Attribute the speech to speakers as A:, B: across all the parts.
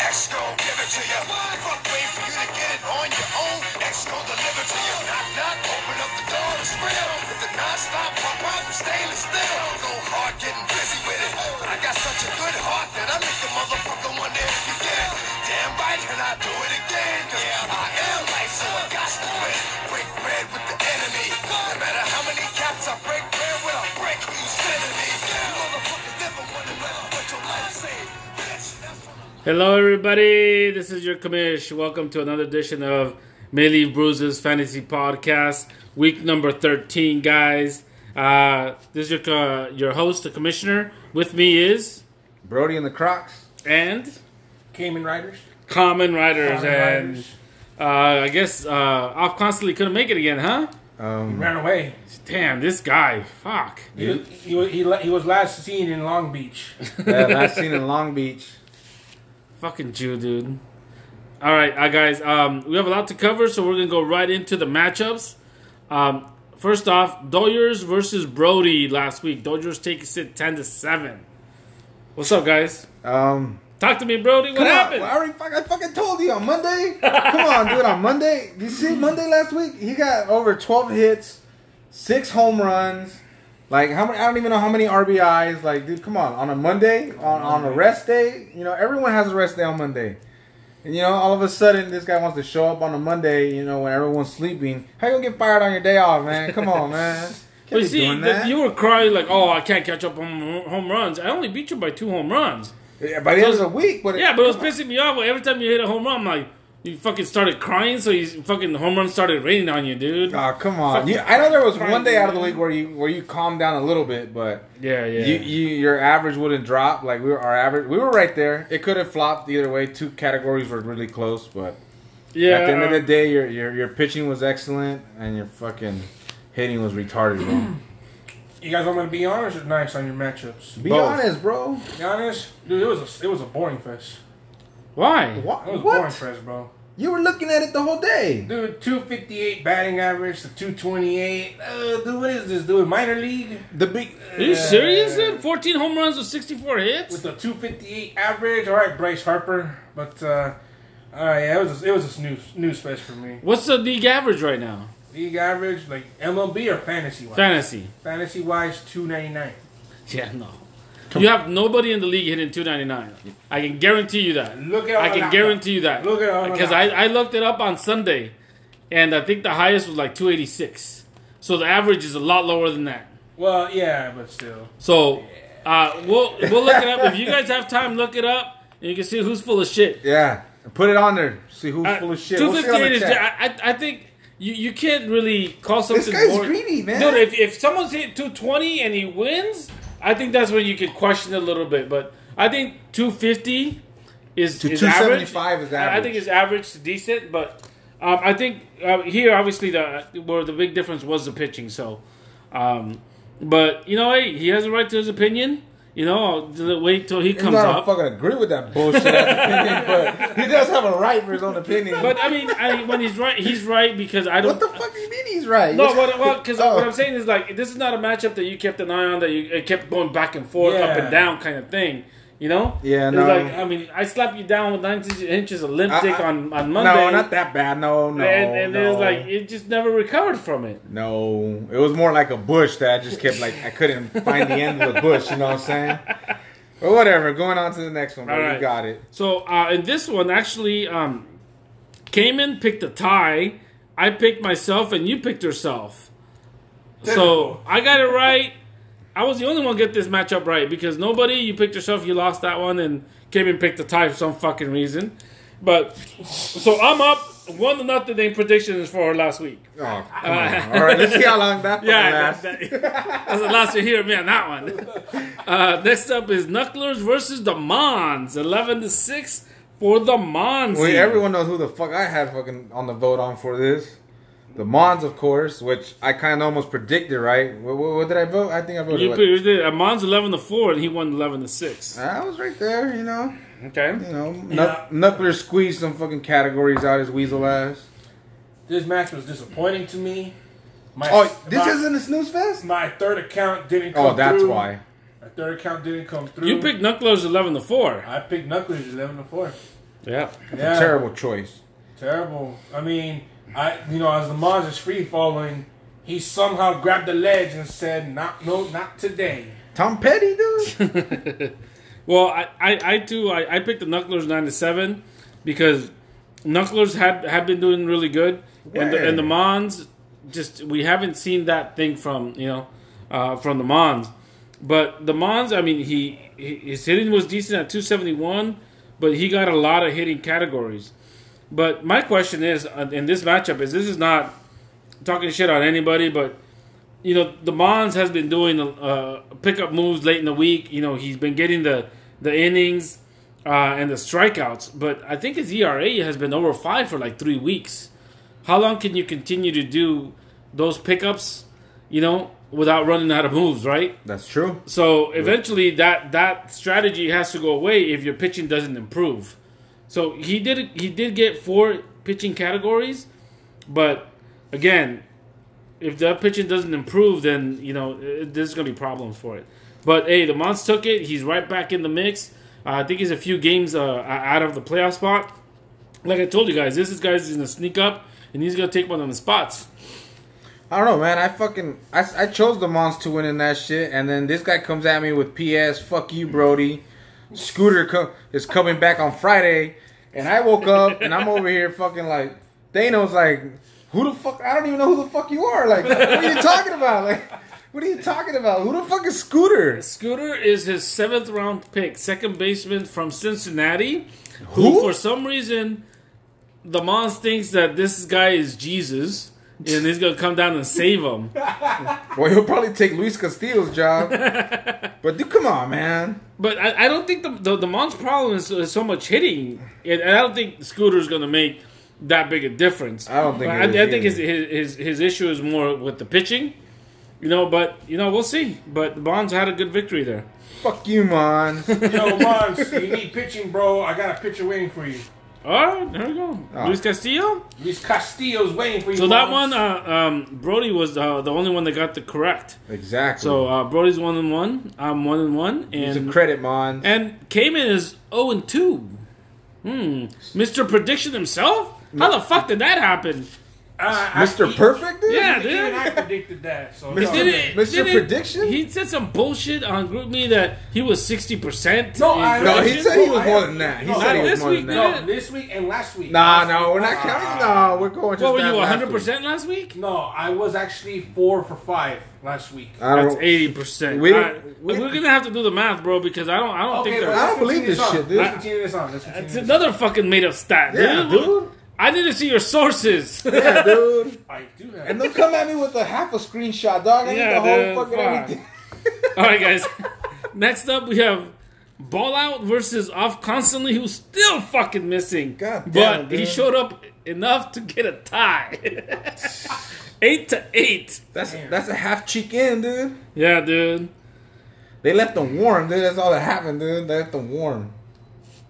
A: X gon' give it to you. Fuck wait for you to get it on your own. X gon' deliver to you. Knock, knock, open up the door, it's real. With the non-stop pop out from stainless steel. Go hard getting busy with it. I got such a good heart that I make the motherfucker wonder if you get it. Damn right, and I do it again. Cause I am life, so I got to win. Break bread with the enemy. No matter how many caps I break bread with, I break who's sending me. You motherfuckers never wanna know what your life saved. Bitch, that's what I'm
B: Hello, everybody. This is your commish. Welcome to another edition of Millie Bruises Fantasy Podcast, week number thirteen, guys. Uh, this is your uh, your host, the commissioner. With me is
C: Brody and the Crocs.
B: and
D: Cayman Riders.
B: Common Riders,
D: Common
B: and
D: Riders.
B: Uh, I guess uh, off constantly couldn't make it again, huh?
C: Mm-hmm.
D: Ran away.
B: Damn, this guy, fuck.
D: He, he, wa- he, la- he was last seen in Long Beach.
C: Yeah, last seen in Long Beach.
B: Fucking Jew, dude. All right, uh, guys, um, we have a lot to cover, so we're gonna go right into the matchups. Um, first off, Doyers versus Brody last week. Doyers takes it ten to seven. What's up, guys?
C: Um,
B: Talk to me, Brody. What
C: come on,
B: happened?
C: I already fuck, I fucking told you on Monday. come on, dude, on Monday. You see, Monday last week he got over twelve hits, six home runs. Like how many? I don't even know how many RBIs. Like, dude, come on. On a Monday, on on a rest day, you know, everyone has a rest day on Monday. And you know, all of a sudden, this guy wants to show up on a Monday. You know, when everyone's sleeping. How you gonna get fired on your day off, man? Come on, man. Can't
B: But
C: be
B: you see,
C: doing
B: the-
C: that.
B: you were crying like, "Oh, I can't catch up on home runs. I only beat you by two home runs."
C: Yeah, by the end of the week, but
B: Yeah, but it was pissing me off. Every time you hit a home run, I'm like, you fucking started crying, so you fucking home run started raining on you, dude.
C: Oh, come on.
B: Fucking
C: You, I know there was
B: crying,
C: one day out of the
B: dude.
C: week where you where you calmed down a little bit, but
B: Yeah, yeah.
C: you, you your average wouldn't drop. Like we were our average, we were right there. It could have flopped either way. Two categories were really close, but
B: yeah.
C: at the end of
B: uh,
C: the day, your your your pitching was excellent and your fucking hitting was retarded. Bro.
D: You guys want me to be honest or nice on your matchups?
C: Be Both. honest, bro.
D: Be honest, dude. It was a it was a boring fest.
B: why?
C: Wha-
D: It was a boring
C: What?
D: fest, bro.
C: You were looking at it the whole day.
D: Dude, two fifty eight batting average to two twenty eight. Uh, dude, what is this, dude? Minor league
C: The big.
B: Are you serious? Dude? 14 home runs with 64 hits?
D: with a two fifty eight average. All right, Bryce Harper, but uh, all right, yeah, it was a, it was a snooze snooze fest for me.
B: What's the league average right now?
D: League average, like MLB or fantasy wise.
B: Fantasy.
D: fantasy wise, two ninety nine.
B: Yeah, no. You have nobody in the league hitting 299. I can guarantee you that.
D: Look at
B: I
D: all
B: can
D: that.
B: guarantee you that.
D: Look at all
B: Because I,
D: that.
B: I looked it up on Sunday, and I think the highest was like 286. So the average is a lot lower than that.
D: Well, yeah, but still.
B: So uh, we'll we'll look it up. If you guys have time, look it up, and you can see who's full of shit.
C: Yeah, put it on there. See who's
B: Uh,
C: full of shit. We'll see on
B: 258
C: the
B: is.
C: chat.
B: I, I I think you, you can't really call something.
C: guy's
B: boring.
C: greedy, man.
B: Dude, if, if someone's hit 220 and he wins, I think that's when you could question it a little bit. But I think 250 is
C: To
B: is
C: 275
B: average.
C: is
B: I- I think
C: average.
B: it's average to decent, but um, I think uh, here obviously the where the big difference was the pitching. So, um, but you know, hey, he has a right to his opinion. You know, I'll wait till he
C: I'm
B: comes
C: not
B: up.
C: fucking agree with that bullshit, opinion, but he does have a right for his own opinion.
B: But I mean, I, when he's right, he's right because I don't.
C: What the fuck do you mean he's right?
B: No, what, what, cause
C: Oh.
B: what I'm saying is like this is not a matchup that you kept an eye on that you it kept going back and forth, up
D: Yeah.
B: and down kind of thing. You know?
C: Yeah,
B: It's
C: no.
B: like I mean, I slap you down with 19 inches of limp
C: I-
B: dick
C: I-
B: on on
C: Oh. no,
B: Monday,
C: not that bad. No, no,
B: and, and
C: no.
B: it's like it just never recovered from it.
C: no, it was more like a bush that I just kept like I couldn't find the end of the bush. You know what I'm saying? But whatever. Going on to the next one. bro.
B: All
C: You
B: right.
C: got it.
B: So uh, in this one, actually, um, Cayman picked a tie. I picked myself, and you picked yourself. So
D: Typical.
B: I got it right. I was the only one to get this matchup right because nobody. You picked yourself. You lost that one, and Cayman picked the tie for some fucking reason. But so I'm up one to nothing in predictions for last week.
C: Oh, come on. All right. Let's see how long that fucking
B: Yeah,
C: lasts.
B: that, that- that's the last you hear of me on that one. Uh, next up is Knucklers versus the Mons, eleven to six for the Mons.
C: Wait,
B: here.
C: everyone knows who the fuck I had fucking on the vote on for this. The Mons, of course, which I kind of almost predicted, right? What, what, what did I vote? I think I voted.
B: You
C: what?
B: put- you did- uh, Mon's eleven to four, and he won eleven to six.
C: I was right there, you know.
B: Okay.
C: You know,
D: Yeah.
C: Knuck- Knuckler squeezed some fucking categories out his weasel ass.
D: This match was disappointing to me. My,
C: Oh, this
D: my,
C: isn't a snooze fest?
D: my third account didn't come
C: Oh, that's
D: through.
C: why.
D: My third account didn't come through.
B: You picked Knuckles eleven to four.
D: I picked Knuckles 11 to 4.
B: Yeah.
D: Yeah.
C: Terrible choice.
D: Terrible. I mean, I you know, as the Mars is free falling, he somehow grabbed the ledge and said, "Not, no, not today."
C: Tom Petty, dude.
B: Well, I, I, I too I, I picked the Knucklers nine to seven because Knucklers had had been doing really good, and the, and the Mons just we haven't seen that thing from you know uh, from the Mons, but the Mons I mean he he- his hitting was decent at two seventy one, but he got a lot of hitting categories. But my question is uh, in this matchup is this is not talking shit on anybody, but you know the Mons has been doing uh, pickup moves late in the week. You know he's been getting the the innings uh, and the strikeouts, but I think his ERA has been over five for like three weeks. How long can you continue to do those pickups? You know without running out of moves, right?
C: That's true.
B: So eventually, that that strategy has to go away if your pitching doesn't improve. So he did he did get four pitching categories, but again, if that pitching doesn't improve, then you know eh, there's gonna be problems for it. But hey, the Mons took it. He's right back in the mix. Uh, I think he's a few games uh, out of the playoff spot. Like I told you guys, this is guys is gonna sneak up and he's gonna take one of the spots.
C: I don't know, man. I fucking I, I chose the Mons to win in that shit, and then this guy comes at me with PS. Fuck you, Brody. Scooter co- is coming back on Friday, and I woke up and I'm over here fucking like Dano's like, who the fuck? I don't even know who the fuck you are. Like, what are you talking about? Like, what are you talking about? Who the fuck is Scooter?
B: Scooter is his seventh round pick, second baseman from Cincinnati, who,
C: Who?
B: for some reason the Mons thinks that this guy is Jesus and he's gonna come down and save him.
C: Well, he'll probably take Luis Castillo's job. but dude, come on, man.
B: But I, I don't think the the, the Mons problem is, is so much hitting, and, and I don't think Scooter's going to make that big a difference.
C: I don't think
B: But
C: it is
B: I, I think his,
C: either.
B: his his his issue is more with the pitching, you know. But you know, we'll see. But the Mons had a good victory there.
C: Fuck you, Mons.
D: Yo, Mons, you need pitching, bro. I got a pitcher waiting for you.
B: All right, there we go.
C: Ah.
B: Luis Castillo.
D: Luis Castillo's waiting for you.
B: So that one,
D: Mons.
B: uh, um, Brody was uh, the only one that got the correct.
C: exactly.
B: So uh, Brody's one and one. I'm one and one,
C: it's a
B: and
C: credit, Mons.
B: and Cayman is zero and two. Hmm, Mr. Prediction himself. How the fuck did that happen?
D: Uh, I-
C: Mr.
D: he-
C: Perfect, dude?
B: Yeah,
D: Even
B: dude.
D: I predicted that. So
C: Mr.
D: no,
B: Did it,
C: Mr.
B: did it-
C: Prediction?
B: He said some bullshit on Group Me that he was sixty percent.
D: No, I-
C: No, he said he was
D: I-
C: more than that. He
D: no,
C: said
B: not
C: he was
B: this
C: more than
B: week,
C: that.
D: no, this week and last week.
C: Nah,
D: Last
C: no,
D: week.
C: we're not
D: Ah.
C: counting. No, we're going just
B: What were
C: that
B: you one
C: last
B: hundred
C: week.
B: percent last week?
D: No, I was actually four for five last week.
C: I
B: That's
C: don't,
B: eighty percent.
C: We-
B: We,
C: we-
B: are gonna have to do the math, bro, because I don't. I don't think
D: but
B: there's.
C: I
D: let's
C: don't believe
D: continue
C: this
D: on.
C: shit, dude.
D: Let's continue this on. Let's continue
B: It's
D: this
B: another fucking made up stat, dude.
C: yeah, dude.
B: I need to see your sources.
C: Yeah, dude.
D: on. I do have.
C: And they'll come at me with a half a screenshot, dog. I need
B: Yeah,
C: the whole
B: dude,
C: fucking
B: fuck.
C: everything.
B: All right, guys. Next up, we have Ball Out versus Off Constantly, who's still fucking missing.
C: God damn,
B: but
C: dude.
B: he showed up enough to get a tie. eight to eight.
C: That's that's a half cheek in, dude.
B: Yeah, dude.
C: They left them warm, dude. That's all that happened, dude. They left them warm.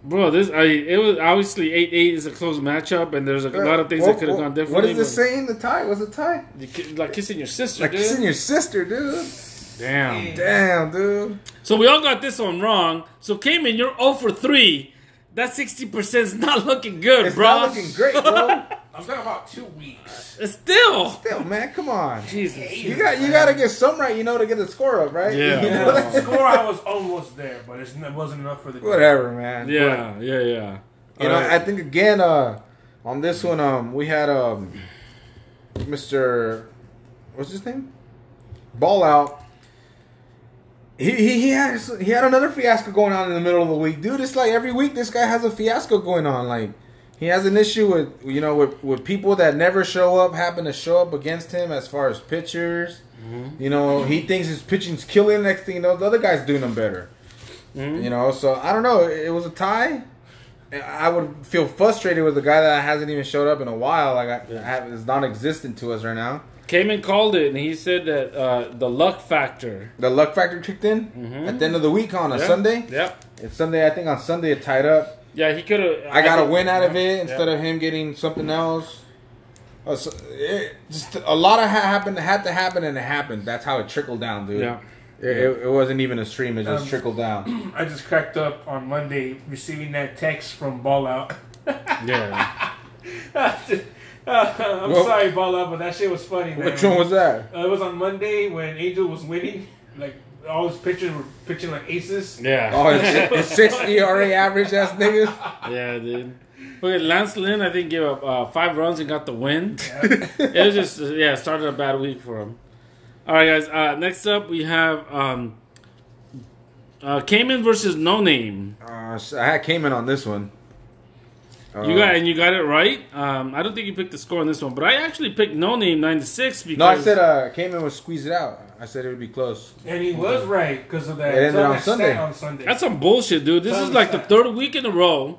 B: Bro, this I it was obviously eight eight is a close matchup, and there's a lot of things
C: What-
B: that could have
C: Uh, what-
B: gone differently.
C: What is this
B: but
C: saying? The tie? What's the tie?
B: you ki- Like kissing your sister,
C: Like
B: dude.
C: kissing your sister, dude.
B: Damn.
C: Damn, dude.
B: So we all got this one wrong. So Cayman, you're 0 for three. That sixty percent is not looking good,
C: It's
B: bro.
C: not looking great, bro.
D: I'm talking about two weeks.
B: Still.
C: Still, man, come on.
B: Jesus.
C: You got you got to get some right, you know, to get the score up, right?
B: Yeah.
C: You know,
D: Yeah,
C: like-
D: score, I was almost there, but it's, it wasn't enough for the.
C: whatever, man.
B: Yeah, yeah, yeah.
C: You know, I think again uh, on this one, um, we had um, Mr. What's his name? Ball out. He, he, he had he had another fiasco going on in the middle of the week, dude. It's like every week this guy has a fiasco going on. Like he has an issue with you know with, with people that never show up happen to show up against him as far as pitchers. You know he thinks his pitching's killing. Next thing you know, the other guy's doing him better. You know, so I don't know. It was a tie. I would feel frustrated with a guy that hasn't even showed up in a while. Like I, I, is non-existent to us right now.
B: Cayman called it, and he said that uh, the luck factor.
C: The luck factor kicked in at the end of the week on a
B: Yeah.
C: Sunday.
B: Yep.
C: It's Sunday. I think on Sunday it tied up.
B: Yeah, he could have.
C: I got a win out of it instead of him getting something else. Uh, so- it- just a lot of ha- happened had to happen and it happened. That's how it trickled down, dude.
B: Yeah.
C: It, it, it wasn't even a stream; it just
D: Um,
C: trickled down.
D: I just cracked up on Monday receiving that text from Ball Out. Uh,
B: Yeah.
D: I'm
C: Well-
D: sorry, Ball Out, but that shit was funny. Man.
C: Which one was that?
D: Uh, it was on Monday when Angel was winning. Like all his pitchers were pitching like aces.
B: Yeah.
C: Oh, it's, it's six ERA average ass niggas.
B: Yeah, dude. Okay, Lance Lynn, I think, gave up uh, five runs and got the win. it was just, uh, yeah, started a bad week for him. All right, guys. Uh, next up, we have um, uh, Cayman versus No Name.
C: Uh, so I had Cayman on this one. Uh,
B: You got and you got it right. Um, I don't think you picked the score on this one, but I actually picked No Name ninety six because
C: No, I said uh, Cayman would squeeze it out. I said it would be close.
D: And he was right because of that.
C: It ended on
D: that
C: Sunday.
D: stat on Sunday.
B: that's some bullshit, dude. This is like the third week in a row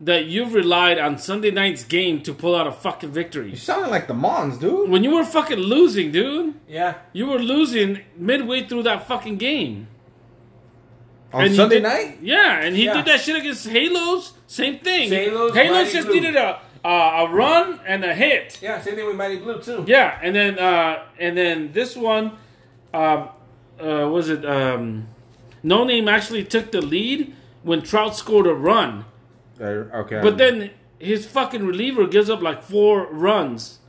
B: that you've relied on Sunday night's game to pull out a fucking victory.
C: You sounded like the Mons, dude.
B: When you were fucking losing, dude,
D: yeah.
B: you were losing midway through that fucking game.
C: On
B: And he
C: Sunday
B: did-
C: night?
B: Yeah, and he
D: Yeah.
B: did that shit against Halos. Same thing.
D: Halos,
B: Halos
D: Mighty
B: just
D: Blue.
B: needed a uh, a run and a hit.
D: Yeah, same thing with Mighty Blue too.
B: Yeah, and then uh, and then this one, um, uh, was it um, No Name actually took the lead when Trout scored a run,
C: Uh, okay.
B: but then his fucking reliever gives up like four runs,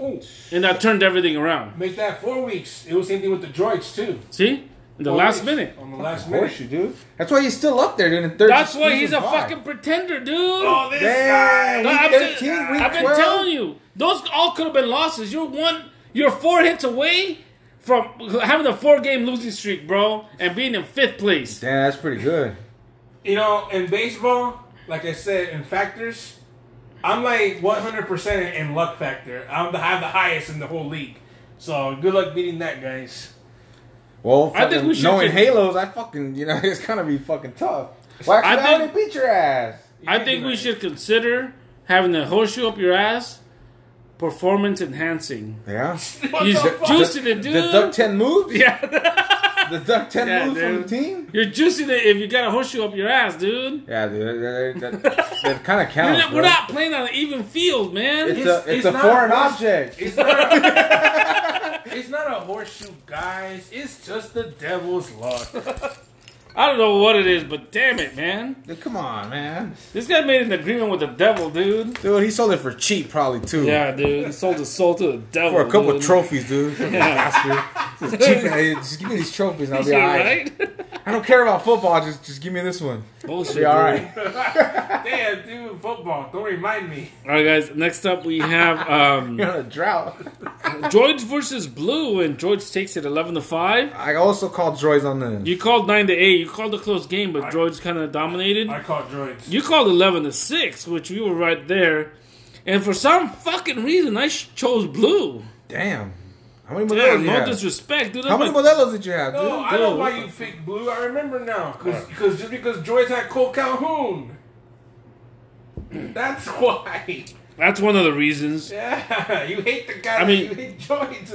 D: Ooh,
B: and that turned everything around.
D: make that four weeks. It was same thing with the droids too.
B: See, in the
C: Oh,
D: Four
B: last
D: weeks.
B: minute.
D: On the last minute.
C: horseshoe, dude. That's why he's still up there doing third.
B: That's why he's a
C: by.
B: fucking pretender, dude.
D: Oh, this
C: Damn,
B: No,
C: week
B: I'm just-
C: 13, week
B: I've been
C: 12.
B: telling you, those all could have been losses. You're one, you're four hits away from having a four-game losing streak, bro, and being in fifth place.
C: Damn, that's pretty good.
D: You know, in baseball, like I said, in factors, I'm like 100% in luck factor. I'm the, I have the highest in the whole league. So good luck beating that, guys.
C: Well,
B: I think
C: fucking
B: we should
C: knowing
B: get-
C: Halos, I fucking you know it's gonna be fucking tough.
B: I
C: Why should I,
B: think-
C: already beat your ass?
B: I think we should consider having a horseshoe up your ass, performance enhancing.
C: Yeah,
D: What
B: You
D: the
B: ju-
D: fuck?
B: juicing it,
C: the duck
B: dude.
C: ten moves.
B: Yeah,
C: the duck ten
B: Yeah,
C: moves from
B: dude.
C: the team.
B: you're juicing it if you got a horseshoe up your ass, dude.
C: Yeah, dude, that, that, kind of
B: We're
C: counts.
B: not, we're
C: bro.
B: not playing on an even field, man.
C: It's a it's a
D: not
C: foreign
D: horse-
C: object.
D: It's not, it's not a horseshoe, guys. It's just the devil's luck.
B: I don't know what it is, but damn it, man.
C: Come on, man,
B: This guy made an agreement with the devil, dude.
C: dude, he sold it for cheap, probably too.
B: Yeah, dude. He sold his soul to the devil.
C: For a couple
B: dude.
C: trophies, dude. Fucking bastard. Just cheap- hey, Just give me these trophies and I'll be alright. I don't care about football. Just, just give me this one.
B: Bullshit.
C: Be alright.
D: Damn, dude, football. Don't remind me.
B: All right, guys. Next up, we have um,
C: You're on a drought.
B: George versus Blue, and George takes it eleven to five.
C: I also called droids on the.
B: You called nine to eight. You called a close game, but George kind of dominated.
D: I call droids.
B: You called eleven to six, which you were right there. And for some fucking reason, I sh- chose Blue.
C: Damn. How many
B: Yeah,
C: modelos? did you
B: no
C: have?
B: disrespect, dude.
C: How many modelos did you have, dude?
D: No, I know
B: dude,
D: why
B: what
D: you picked blue. I remember now. Because just because Joyce had Cole Calhoun. That's why.
B: That's one of the reasons.
D: Yeah, you hate the guy.
B: I mean-
D: you hate Joyce.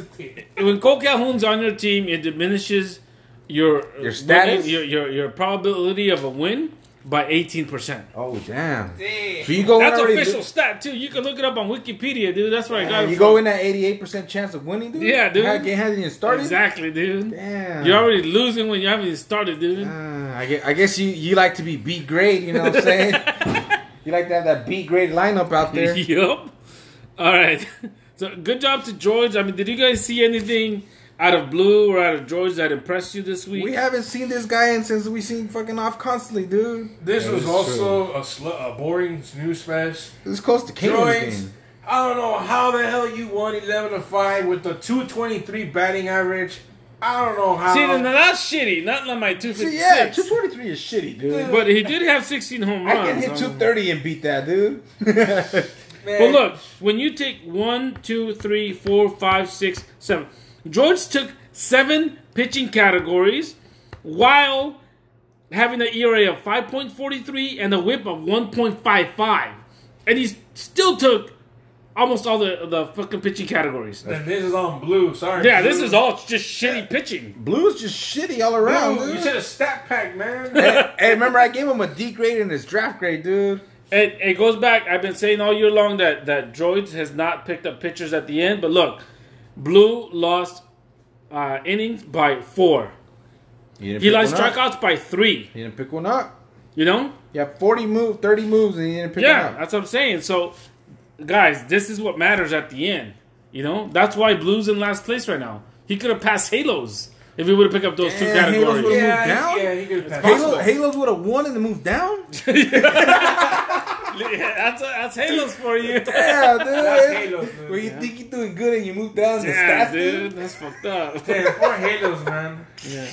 B: When Cole Calhoun's on your team, it diminishes your
C: Your status?
B: your your, your probability of a win by eighteen percent.
C: Oh damn. So
D: Damn.
C: you go
B: That's
C: in already.
B: official stat too. You can look it up on Wikipedia, dude. That's where I got
C: Damn,
B: it.
C: you
B: from.
C: go in at 88% chance of winning, dude?
B: Yeah, dude.
C: That game hasn't even started?
B: exactly, dude.
C: Damn.
B: You're already losing when you haven't even started, dude.
C: Uh, I guess, I guess you, you like to be B grade, you know what I'm saying? you like to have that B grade lineup out there.
B: yup. All right. So good job to George. I mean, did you guys see anything out of Blue or out of George that impressed you this week?
C: We haven't seen this guy in since we seen fucking off constantly, dude.
D: This
C: Yeah,
D: was
C: that's
D: also a, sl- a boring news fest.
C: This is close to Caitlyn's
D: Joyce,
C: game.
D: I don't know how the hell you won 11 to 5 with a 223 batting average. I don't know how.
B: see, then that's shitty. Not on my two
C: See,
B: fifty
C: uh, yeah,
B: six.
C: 223 is shitty, dude.
B: But he did have sixteen home
C: I
B: runs.
C: can hit
B: um,
C: 230 and beat that, dude.
B: But look, when you take one, two, three, four, five, six, seven, George took seven pitching categories while having an ERA of 5.43 and a whip of 1.55. And he still took almost all the, the fucking pitching categories.
D: And this is on blue. Sorry.
B: Yeah, this
D: Blue.
B: is all just shitty pitching.
C: Blue's just shitty all around,
D: Blue, you
C: dude.
D: should have stat pack, man.
C: hey, remember I gave him a D grade in his draft grade, dude.
B: It, it goes back, I've been saying all year long that, that Droids has not picked up pitchers at the end, but look, Blue lost uh, innings by four.
C: You didn't
B: He
C: pick
B: likes
C: one up.
B: strikeouts by three.
C: You didn't pick one up.
B: You know?
C: You have 40 moves, 30 moves, and you didn't pick
B: Yeah,
C: one up.
B: that's what I'm saying. So, guys, this is what matters at the end. You know, that's why Blue's in last place right now. He could have passed Halos if he would have picked up those two
C: Damn, Halos
B: categories.
C: would've-
D: Yeah,
C: down?
D: yeah, he could pass.
C: Halo, Halos would have won and then moved down?
B: Yeah, that's that's Halos for you.
C: Yeah, dude.
D: That's Halos, dude.
C: Where you think you're doing good and you move down to
B: Yeah,
C: stats,
B: dude,
C: dude.
B: that's fucked up.
D: Damn, poor Halos, man.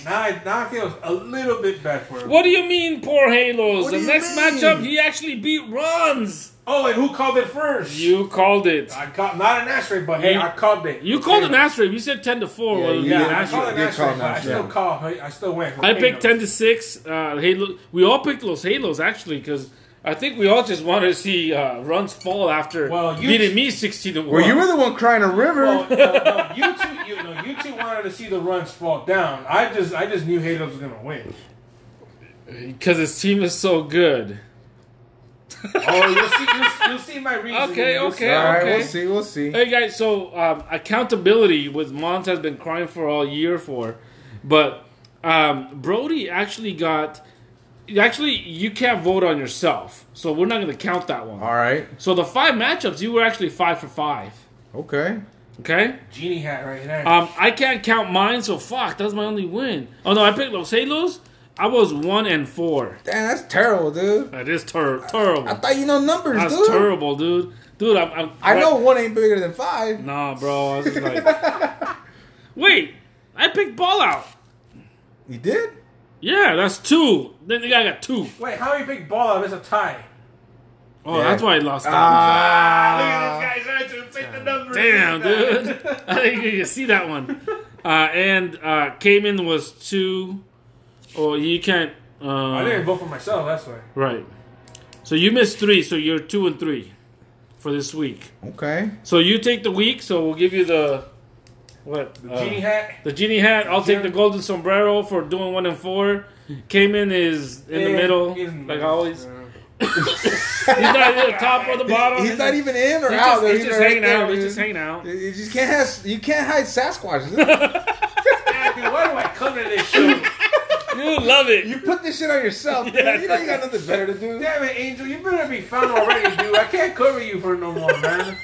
D: Now, I, now I feel a little bit bad for him.
B: What do you mean, poor Halos?
C: What
B: The
C: do you
B: next
C: mean?
B: matchup, he actually beat Runs.
D: Oh, and who called it first?
B: You called it.
D: I called not an asterisk, but hey,
B: You-
D: I called it.
B: You called an asterisk. You said ten to four.
C: Yeah,
B: Well,
C: you
B: yeah,
C: did.
D: I
B: asterisk.
D: called an
C: You did call an
D: asterisk, but I
C: asterisk,
D: still
C: yeah.
D: call. I still went. for
B: I picked
D: Halos.
B: ten to six. Uh, Halo. We all picked Los Halos actually because I think we all just wanted to see uh, runs fall after
D: Well, you-
B: beating me sixteen to one.
C: Well, you were the one crying a river.
D: Well, no, no, you two, you, no, you two wanted to see the runs fall down. I just, I just knew Halos was gonna win.
B: because his team is so good.
D: Oh, you'll see, you'll, you'll see my reasoning.
B: Okay,
D: You'll
B: okay.
D: see-
C: All right,
B: okay.
C: we'll see. We'll see.
B: Hey guys, so um, accountability, which Mons has been crying for all year for, but um, Brody actually got. Actually, you can't vote on yourself, so we're not going to count that one.
C: All right.
B: So the five matchups, you were actually five for five.
C: Okay.
B: Okay.
D: Genie hat right there.
B: Um, I can't count mine, so fuck. That's my only win. Oh no, I picked Los Halos. I was one and four.
C: Damn, that's terrible, dude.
B: That is ter-
C: I
B: terrible.
C: thought you know numbers,
B: That's
C: dude.
B: terrible, dude. Dude, I'm. I'm
C: I know one ain't bigger than five.
B: Nah, bro. I was just like, wait, I picked ball out.
C: You did?
B: Yeah, that's two. Then the guy got two.
D: Wait, how many big ball out? It's a tie.
B: Oh,
C: Yeah.
B: that's why I lost. that
C: Ah.
D: Look at this guy's answer. Take the number.
B: one. Damn, dude. I think you can see that one. Uh, and uh, Cayman was two. Oh, you can't. Uh,
D: I didn't vote for myself. That's why.
B: Right. So you missed three, so you're two and three for this week.
C: Okay.
B: So you take the week, so we'll give you the what? The
D: Genie hat.
B: The genie hat. I'll take the
D: Yeah.
B: golden sombrero for doing one and four. Cayman is in the
D: Yeah,
B: middle,
D: he's in the
B: like
D: middle.
B: always.
D: Yeah.
B: He's not either the top or the bottom.
C: He's not even in or
B: Oh, He's
C: out.
B: just,
C: though.
B: he's
C: He's
B: just
C: right
B: hanging
C: there,
B: out. He's
C: dude.
B: just hanging out.
C: You you just can't have you can't hide Sasquatch. dude.
D: Damn, dude, why do I come to this show?
B: You love it.
C: you put this shit on yourself. dude.
B: Yeah.
C: You know you got nothing better to do.
D: Damn it, Angel, you better be found already, dude. I can't cover you for no more, man.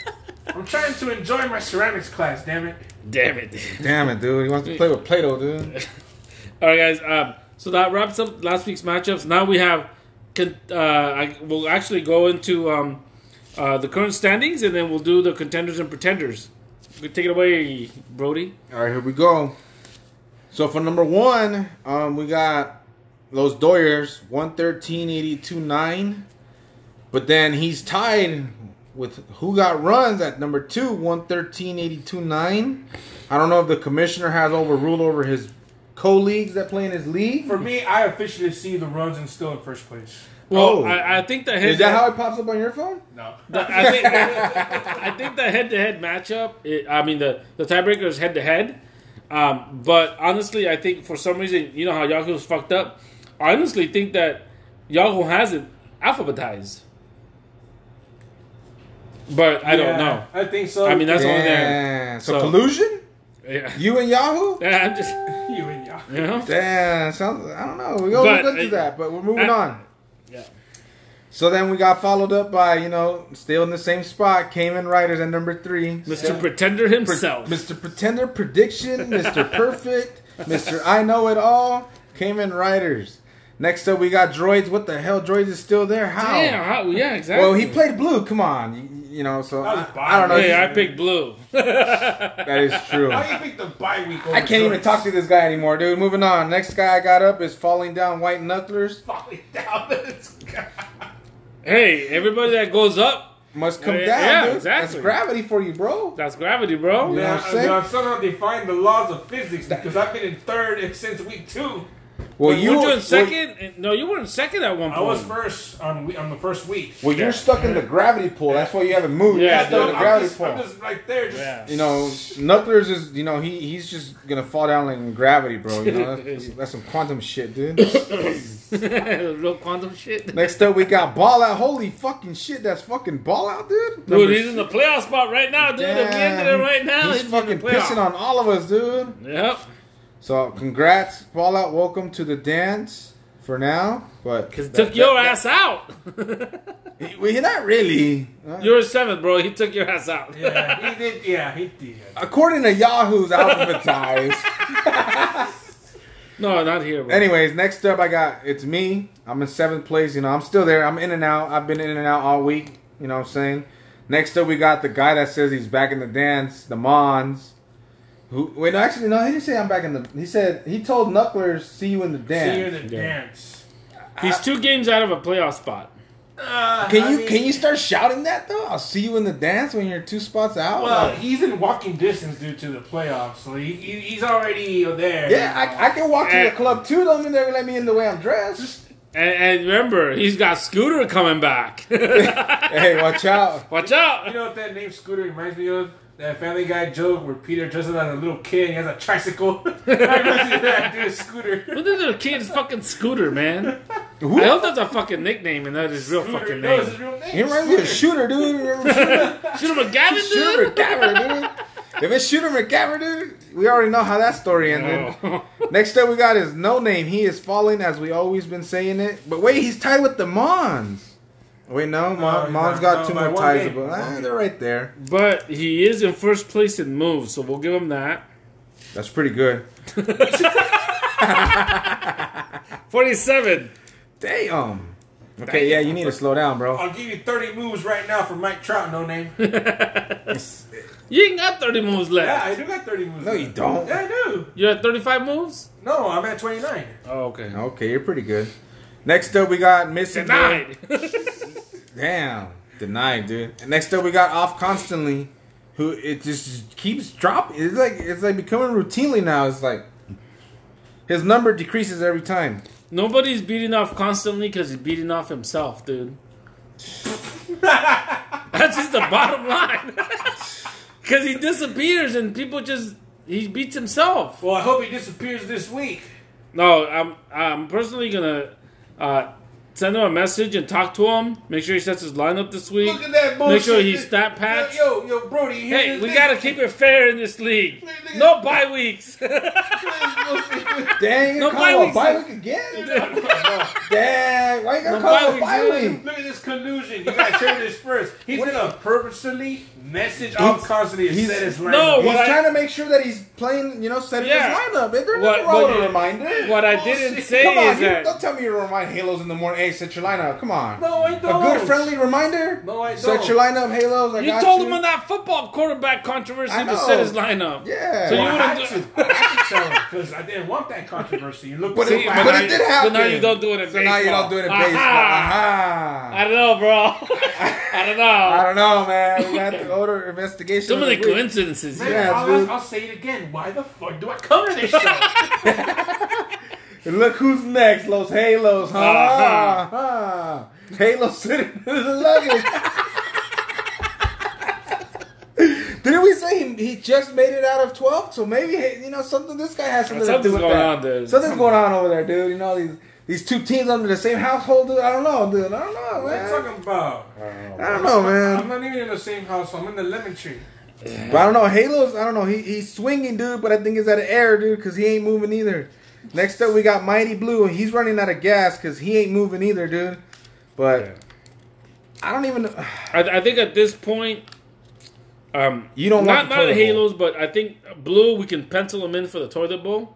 D: I'm trying to enjoy my ceramics class, damn it.
B: Damn it.
C: Damn it, dude. He wants to play with Play-Doh, dude.
B: All right, guys. Um, so that wraps up last week's matchups. Now we have, con- uh, I, we'll actually go into um, uh, the current standings, and then we'll do the contenders and pretenders. We take it away, Brody.
C: All right, here we go. So for number one, um, we got Los Doyers, 113.82.9. But then he's tied with who got runs at number two, 113.82.9. I don't know if the commissioner has overruled over his colleagues that play in his league.
D: For me, I officially see the runs and still in first place.
B: Well,
C: Oh.
B: I, I think the head.
C: Is that how it pops up on your phone?
D: No.
B: I think, I think the head-to-head matchup. It, I mean, the the tiebreaker is head-to-head. Um, but honestly, I think for some reason, you know how Yahoo's fucked up. I honestly think that Yahoo has it alphabetized. But I don't know.
D: I think so.
B: I mean, that's all there.
C: Damn. So,
B: So-
C: collusion?
B: Yeah.
C: You and Yahoo?
B: Yeah, I'm just,
D: you and y'all.
B: you know.
C: Damn, sounds, I don't know. We'll
B: But,
C: look into
B: uh,
C: that, but we're moving
B: uh,
C: on.
B: Yeah.
C: So then we got followed up by, you know, still in the same spot, Cayman Riders at number three.
B: Mr. Pretender himself.
C: Mr. Pretender Prediction, Mr. Perfect, Mr. I Know It All, Cayman Riders. Next up, we got Droids. What the hell? Droids is still there? How?
B: yeah, how- yeah, exactly.
C: Well, he played blue. Come on. You, you know, so
D: That was
C: I, I don't know.
D: bad.
B: Hey, I picked blue.
C: that is true.
D: Why you pick the bye week over
C: I can't even talk to this guy anymore, dude. Moving on. Next guy I got up is Falling Down White Knucklers.
D: Falling down this guy.
B: hey, everybody that goes up,
C: Must come
B: Yeah,
C: down,
B: yeah,
C: dude.
B: exactly.
C: That's gravity for you, bro.
B: that's gravity, bro.
C: Yeah. know what I'm saying?
D: I, I somehow defined the laws of physics because I've been in third since week two.
C: Well,
B: You were in
C: well,
B: second? and- no, you were in second at one point.
D: I was first on we- on the first week.
C: Well, you're stuck in the gravity pool. That's why you haven't moved.
B: Yeah,
C: You're stuck in
B: dude,
C: the
D: I'm,
C: gravity
D: just,
C: pool.
D: I'm just right there. Just
B: Yeah.
C: you know, Knucklers is you know he he's just gonna fall down like in gravity, bro. You know that's, that's some quantum shit, dude.
B: Real quantum shit. Dude,
C: Next up, we got ball out. Holy fucking shit, that's fucking ball out, dude. Number
B: he's in the playoff spot right now, dude. If we ended it
C: Damn.
B: right now,
C: he's,
B: in
C: fucking
B: the playoff.
C: pissing on all of us, dude.
B: Yep.
C: So congrats, Fallout. Welcome to the dance for now. But
B: Because
C: that-
B: took your
C: that-
B: ass out.
C: that- Well, you're not really. Uh,
B: you were seventh, bro. He took your ass out.
D: Yeah, he did. Yeah, he did.
C: According to Yahoo's alphabetized.
B: No, not here, bro.
C: Anyways, next up I got it's me. I'm in seventh place. You know, I'm still there. I'm in and out. I've been in and out all week. You know what I'm saying? Next up we got the guy that says he's back in the dance, the Mons. Who wait no actually no, he didn't say I'm back in the he said he told Knucklers, see you in the dance.
D: See you in the
B: Yeah.
D: dance.
B: He's two games out of a playoff spot.
D: Uh,
C: can
D: I
C: you
D: mean,
C: can you start shouting that though? I'll see you in the dance when you're two spots out.
D: Well,
C: Like,
D: he's in walking distance due to the playoffs, so he, he, he's already there.
C: yeah, I, I can walk to
B: Eh.
C: the club too. Don't mean they let me in the way I'm dressed.
B: And, and remember, he's got Scooter coming back.
C: hey, watch out!
B: Watch out.
D: You know what that name Scooter reminds me of? That Family Guy joke where Peter dresses like a little kid and he has a tricycle. I reminds me of that dude Scooter.
B: Look at the kid's fucking Scooter, man.
C: Who-
B: I hope that's a fucking nickname and not his real fucking
D: No, it's
B: name.
D: his real name.
C: He reminds me of Shooter,
D: Scooter.
C: dude. Remember Shooter?
B: Shoot him a Gavin,
C: Shooter
B: dude.
C: McGavern, dude. If it's Shooter McGavern, dude, we already know how that story ended.
B: No.
C: Next up, we got is No Name. He is falling, as we always been saying it. But wait, he's tied with the Mons. Wait, no,
D: No,
C: Mon,
D: he's
C: Mons
D: not.
C: got
D: No,
C: two
D: by
C: more
D: one
C: ties.
D: game.
C: But ah,
D: One
C: they're right there.
B: But he is in first place in moves, so we'll give him that.
C: That's pretty good.
B: 47.
C: Damn. Okay, yeah, you need to slow down, bro.
D: I'll give you 30 moves right now for Mike Trout, no name. yeah,
B: You ain't got 30 moves left.
D: I do got 30 moves.
C: No,
D: left.
C: you don't.
D: Yeah, I do.
B: You're at 35 moves?
D: No, I'm at 29.
B: Oh, okay.
C: Okay, you're pretty good. Next up, we got Missing. Girl.
B: Denied.
C: Damn, denied, dude. And next up, we got off constantly. Who it just keeps dropping. It's like it's like becoming routinely now. It's like his number decreases every time.
B: Nobody's beating off constantly because he's beating off himself, dude. That's just the bottom line. Because he disappears and people just. He beats himself.
D: Well, I hope he disappears this week.
B: No, I'm I'm personally gonna uh, send him a message and talk to him. Make sure he sets his lineup this week.
D: Look at that bullshit.
B: Make sure he
D: This-
B: stat packs.
D: Yo, yo, Brody. you hear
B: hey,
D: this
B: we
D: nigga?
B: gotta keep it fair in this league.
D: Nigga-
B: No bye weeks.
C: Oh, Dang,
B: No
C: no, call
B: bye
C: a bye
B: weeks.
C: week again.
D: No.
C: Dang, why you gotta
B: No
C: call
B: bye
C: it a bye
B: weeks, dude.
C: week?
D: Look at this collusion. You gotta hear this first. He's
C: What-
D: gonna purposely message off constantly and
C: he's-
D: set his lineup.
B: No,
C: He's
B: What I-
C: trying to make sure that he's playing. You know, setting
B: Yeah.
C: his lineup. There's
B: What-
C: nothing wrong
B: what
C: with
B: you-
C: a reminder.
B: what I
D: Bullshit.
B: didn't say
C: Come on,
B: is
C: you-
B: that
C: don't tell me you remind Halos in the morning. Hey, set your lineup. Come on.
D: No, I
C: A
D: don't.
C: good friendly reminder.
D: No, I
C: Set
D: don't.
C: your lineup, Halos. I
B: you
C: got
B: told
C: you.
B: him on that football quarterback controversy
C: I
B: to set
C: know.
B: his lineup.
C: Yeah.
B: So
D: Well,
B: you
D: I
B: wouldn't
D: had
B: do-
D: to. I had to tell him because I didn't want that controversy. You look
C: But
D: See,
C: it- but
B: now
C: it
B: you-
C: did happen.
B: But now you don't do it in
C: So
B: baseball.
C: now you don't do it in
B: Aha.
C: baseball. Aha.
B: I don't know, bro. I don't know.
C: I don't know, man. We have to order investigation.
B: Too
C: of the
B: many
C: week.
B: coincidences.
D: man,
B: here.
C: yeah,
D: I'll,
C: dude.
D: I'll say it again. Why the fuck do I come to this show?
C: And look who's next. Los Halos, huh?
B: Aha.
C: Aha. Halo City is luggage. Didn't we say he, he just made it out of 12? So maybe, hey, you know, something. this guy has something
B: Something's
C: to do with
B: going
C: that.
B: on, dude.
C: Something's going on over there, dude. You know, these, these two teams under the same household, dude. I don't know, dude. I don't know,
D: What are you
C: man.
D: talking about?
C: I don't know, man.
D: I'm not even in the same house. I'm in the lemon tree.
C: But I don't know. Halo's, I don't know. He, he's swinging, dude, but I think it's out of air, dude, because he ain't moving either. Next up, we got Mighty Blue, and he's running out of gas because he ain't moving either, dude. But I don't even know.
B: I, I think at this point, um,
C: You don't
B: not
C: want the
B: not
C: toilet
B: Halos, but I think Blue we can pencil him in for the toilet bowl.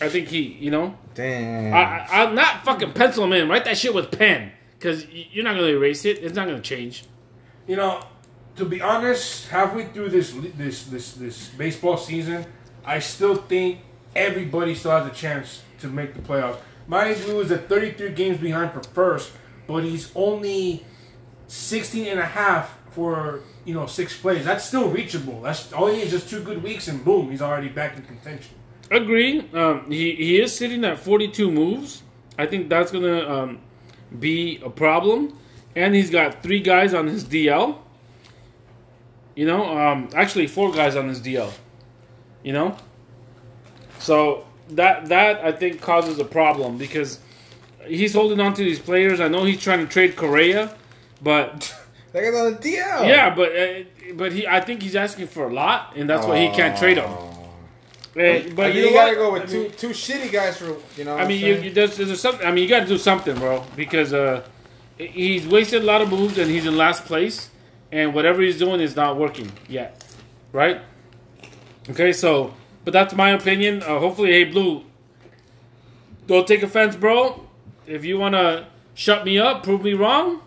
B: I think he, you know,
C: Damn.
B: I, I, I'm not fucking pencil him in. Write that shit with pen because you're not gonna erase it. It's not gonna change.
D: You know, to be honest, halfway through this this this this baseball season, I still think everybody still has a chance to make the playoffs. Mighty Blue is at 33 games behind for first, but he's only 16 and a half for you know six plays. That's still reachable. That's all he needs is just two good weeks and boom, he's already back in contention.
B: Agree. Um, he he is sitting at 42 moves. I think that's gonna um, be a problem, and he's got three guys on his DL. You know, um, actually four guys on his DL. You know, so that that I think causes a problem because he's holding on to these players. I know he's trying to trade Correa, but
C: that guy's on the DL. Oh.
B: yeah, but uh, but he I think he's asking for a lot, and that's why he can't trade him. Eh,
C: I
B: but
C: mean,
B: you,
C: you,
B: know
C: gotta
B: what?
C: go with
B: I
C: two
B: mean-
C: two shitty guys for you know.
B: I mean, you, you there's, there's something. I mean, you got to do something, bro, because uh, he's wasted a lot of moves and he's in last place, and whatever he's doing is not working yet, right? Okay, so, but that's my opinion. Uh, hopefully, hey Blue, don't take offense, bro. If you wanna shut me up, prove me wrong,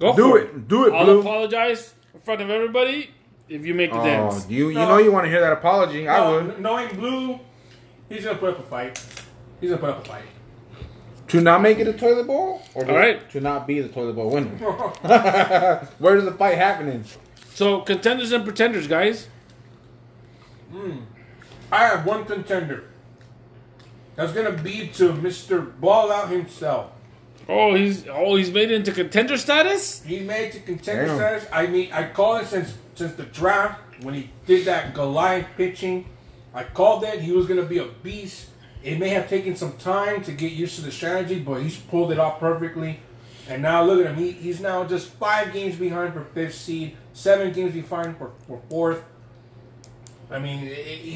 B: go
C: do
B: for
C: it, do it,
B: I'll
C: blue.
B: apologize in front of everybody if you make the
C: oh,
B: dance.
C: you you
D: No.
C: know you want to hear that apology. I
D: No,
C: would
D: kn- Knowing Blue, he's gonna put up a fight. He's gonna put up a fight.
C: to not make it a toilet bowl, or to,
B: Alright.
C: to not be the toilet bowl winner. Where does the fight happening?
B: So, contenders and pretenders, guys.
D: I have one contender. That's gonna be to Mr. Ballout himself.
B: Oh, he's oh he's made it into contender status.
D: He made it to contender
C: Damn.
D: status. I mean, I called it since since the draft when he did that Goliath pitching. I called that he was gonna be a beast. It may have taken some time to get used to the strategy, but he's pulled it off perfectly. And now look at him. He, he's now just five games behind for fifth seed, seven games behind for, for fourth. I mean, he,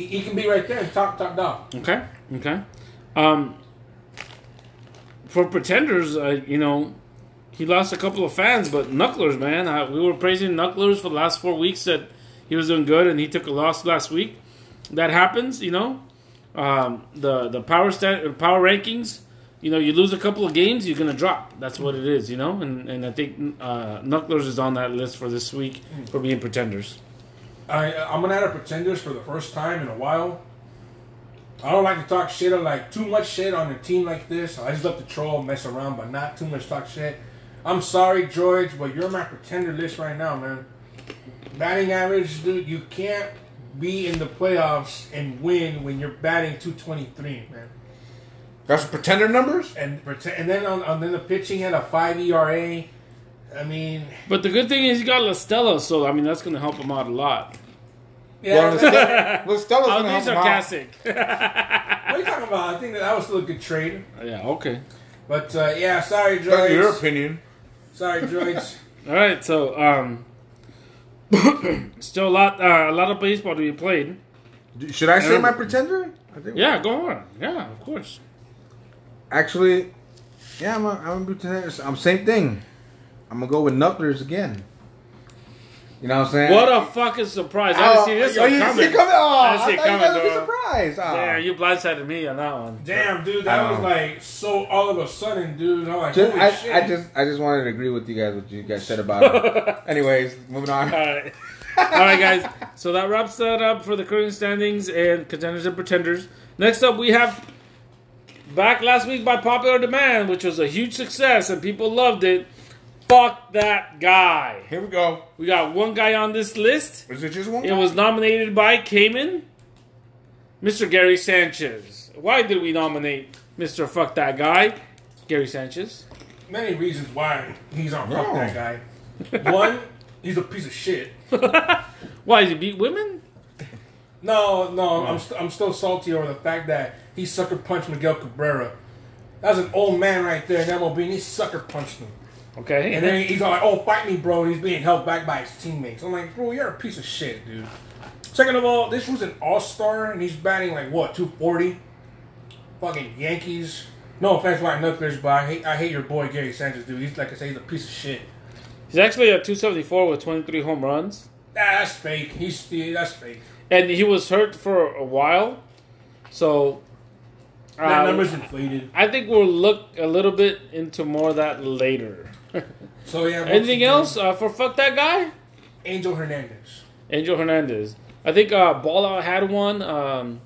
D: he can be right there, top top dog.
B: Okay. Okay. Um, for pretenders, uh, you know, he lost a couple of fans, but Knucklers, man, I, we were praising Knucklers for the last four weeks that he was doing good, and he took a loss last week. That happens, you know. Um, the the power stat, power rankings, you know, you lose a couple of games, you're gonna drop. That's what it is, you know. And and I think uh, Knucklers is on that list for this week for being pretenders.
D: I, I'm gonna add a pretenders for the first time in a while. I don't like to talk shit or like too much shit on a team like this. I just love to troll, mess around, but not too much talk shit. I'm sorry, droids, but you're my pretender list right now, man. Batting average, dude, you can't be in the playoffs and win when you're batting 223, man.
C: That's pretender numbers.
D: And prete- and then on, on then the pitching had a five ERA. I mean,
B: But the good thing is he got Listella, so I mean that's gonna help him out a lot.
D: yeah.
C: Well, Stella, well, Stella's
B: I'll
C: gonna
B: be
C: help him out.
B: sarcastic.
D: what are you talking about? I think that, that was still a good trade.
B: Yeah, okay.
D: But uh, yeah, sorry,
C: That's
D: droids.
C: your opinion.
D: Sorry, droids.
B: All right, so um, still a lot, uh, a lot of baseball to be played.
C: D- Should I say
B: Aaron-
C: my pretender? I think
B: Yeah, go on. Yeah, of course.
C: Actually, yeah, I'm a, I'm a pretender. I'm same thing. I'm gonna go with Knucklers again. You know what I'm saying?
B: What a fucking surprise! I didn't see this
C: oh,
B: one
C: you didn't see
B: coming.
C: it coming? Oh,
B: I
C: I,
B: didn't see it
C: thought you guys
B: coming,
C: would be
B: dog.
C: surprised. Oh.
B: Damn, you blindsided me on that one.
D: Damn, dude,
C: I
D: that was
C: know.
D: like so all of a sudden, dude. I'm like,
C: Um, Just-
D: holy shit.
C: I, I just I just wanted to agree with you guys what you guys said about it. Anyways, moving
B: All
C: on.
B: right. All right, guys. So that wraps that up for the current standings and contenders and pretenders. Next up, we have back last week by popular demand, which was a huge success and people loved it. Fuck that guy.
C: Here we go.
B: We got one guy on this list.
C: Is it just one?
B: It was nominated by Cayman, Mr. Gary Sanchez. Why did we nominate Mr. Fuck That Guy, Gary Sanchez?
D: many reasons why he's on fuck
C: No.
D: that guy. One, he's a piece of shit.
B: Why did he beat women?
D: No, no, I'm st- I'm still salty over the fact that he sucker punched Miguel Cabrera. That's an old man right there in MLB, and he sucker punched him.
B: Okay.
D: And then he's all like, "Oh, fight me, bro!" And he's being held back by his teammates. I'm like, "Bro, you're a piece of shit, dude." Second of all, this was an All Star, and he's batting like what 240. Fucking Yankees. No offense, White Knucklers, but I hate I hate your boy Gary Sanchez, dude. He's like I say, he's a piece of shit.
B: He's actually at 274 with 23 home runs.
D: Nah, that's fake. He's yeah, that's fake.
B: And he was hurt for a while. So.
D: That
B: uh,
D: number's inflated.
B: I think we'll look a little bit into more of that later.
D: So yeah. once
B: Anything
D: again,
B: else uh, for Fuck That Guy?
D: Angel Hernandez.
B: Angel Hernandez. I think uh, Ball Out had one. Um,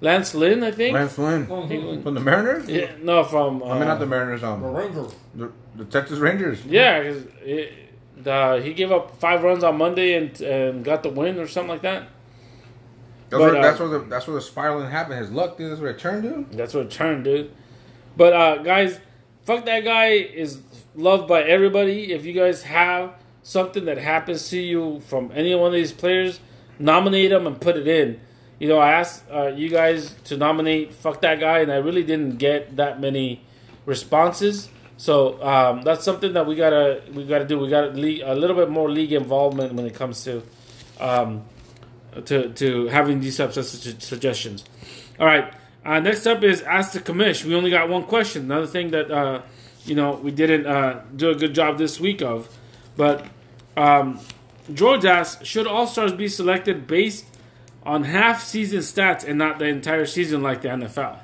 B: Lance Lynn, I think.
C: Lance Lynn
D: Mhm.
C: from the Mariners.
B: Yeah, no, from uh,
C: I mean, not the Mariners.
D: The
C: Um,
D: Ranger.
C: the, the Texas Rangers.
B: yeah, 'cause it- the- he gave up five runs on Monday and and got the win or something like that.
C: Those
B: But,
C: were-
B: uh,
C: that's where the that's where the spiraling happened. His luck, dude. That's where it turned, dude.
B: That's what it turned, dude. But uh, guys, fuck that guy is loved by everybody. If you guys have something that happens to you from any one of these players, nominate them and put it in. You know, I asked uh, you guys to nominate fuck that guy, and I really didn't get that many responses. So um, that's something that we gotta we gotta do. We gotta le- a little bit more league involvement when it comes to um, to to having these types of su- suggestions. All right. Uh, next up is ask the commish. We only got one question. Another thing that uh, you know we didn't uh, do a good job this week of, but um, George asks, should all stars be selected based on half season stats and not the entire season like the NFL?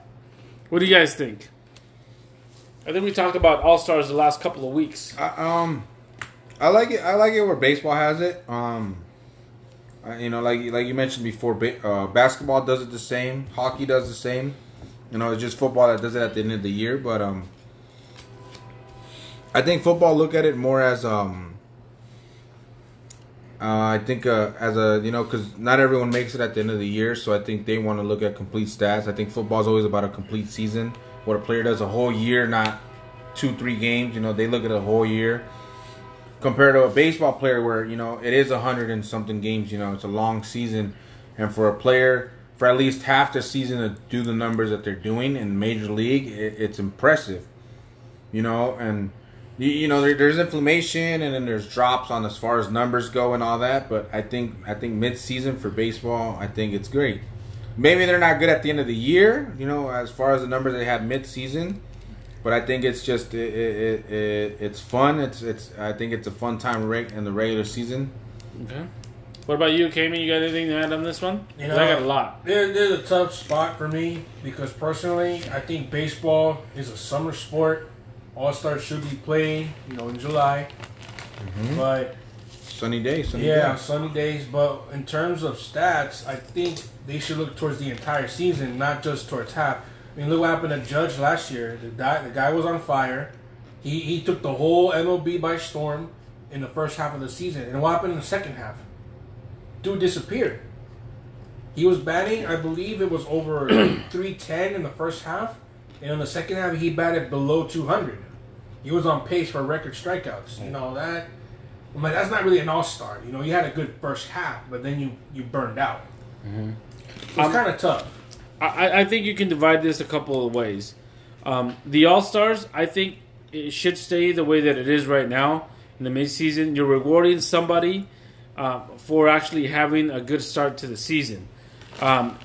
B: What do you guys think? I think we talked about all stars the last couple of weeks.
D: Uh,
C: I, um, I like it. I like it where baseball has it. Um, uh, you know, like like you mentioned before, ba- uh, basketball does it the same. Hockey does the same. You know, it's just football that does it at the end of the year. But um, I think football look at it more as um, uh, I think uh, as a you know, because not everyone makes it at the end of the year, so I think they want to look at complete stats. I think football is always about a complete season, what a player does a whole year, not two three games. You know, they look at a whole year compared to a baseball player where you know it is a hundred and something games. You know, it's a long season, and for a player for at least half the season to do the numbers that they're doing in major league, it, it's impressive. You know, and you, you know there, there's inflammation and then there's drops on as far as numbers go and all that. But I think I think mid season for baseball, I think it's great. Maybe they're not good at the end of the year, you know, as far as the numbers they have mid season but I think it's just it, it, it, it, it's fun. It's it's I think it's a fun time reg- in the regular season.
B: Okay. What about you, Kamen? You got anything to add on this one? 'Cause
D: You
B: I
D: know,
B: got a lot.
D: There, there's a tough spot for me because personally, I think baseball is a summer sport. All stars should be played, you know, in July. But
C: Sunny day, sunny
D: yeah,
C: day.
D: sunny days. But in terms of stats, I think they should look towards the entire season, not just towards half. I mean, look what happened to Judge last year. The guy, the guy was on fire. He he took the whole MLB by storm in the first half of the season. And what happened in the second half? Dude disappeared. He was batting, I believe it was over 310 in the first half, and in the second half he batted below 200. He was on pace for record strikeouts and all that. I'm like, that's not really an all star. You know, you had a good first half, but then you you burned out.
C: Mm-hmm.
D: It's
B: Um,
D: kind of tough.
B: I- I, I think you can divide this a couple of ways. Um, the All Stars, I think it should stay the way that it is right now in the midseason. You're rewarding somebody uh, for actually having a good start to the season. Um,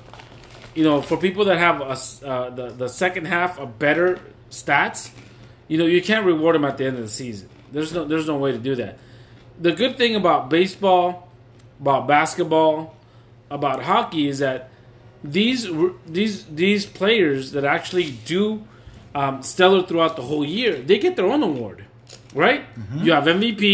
B: you know, for people that have a s uh, the, the second half of better stats, you know, you can't reward them at the end of the season. There's no there's no way to do that. The good thing about baseball, about basketball, about hockey is that these these these players that actually do um, stellar throughout the whole year, they get their own award, right?
C: Mm-hmm.
B: You have MVP,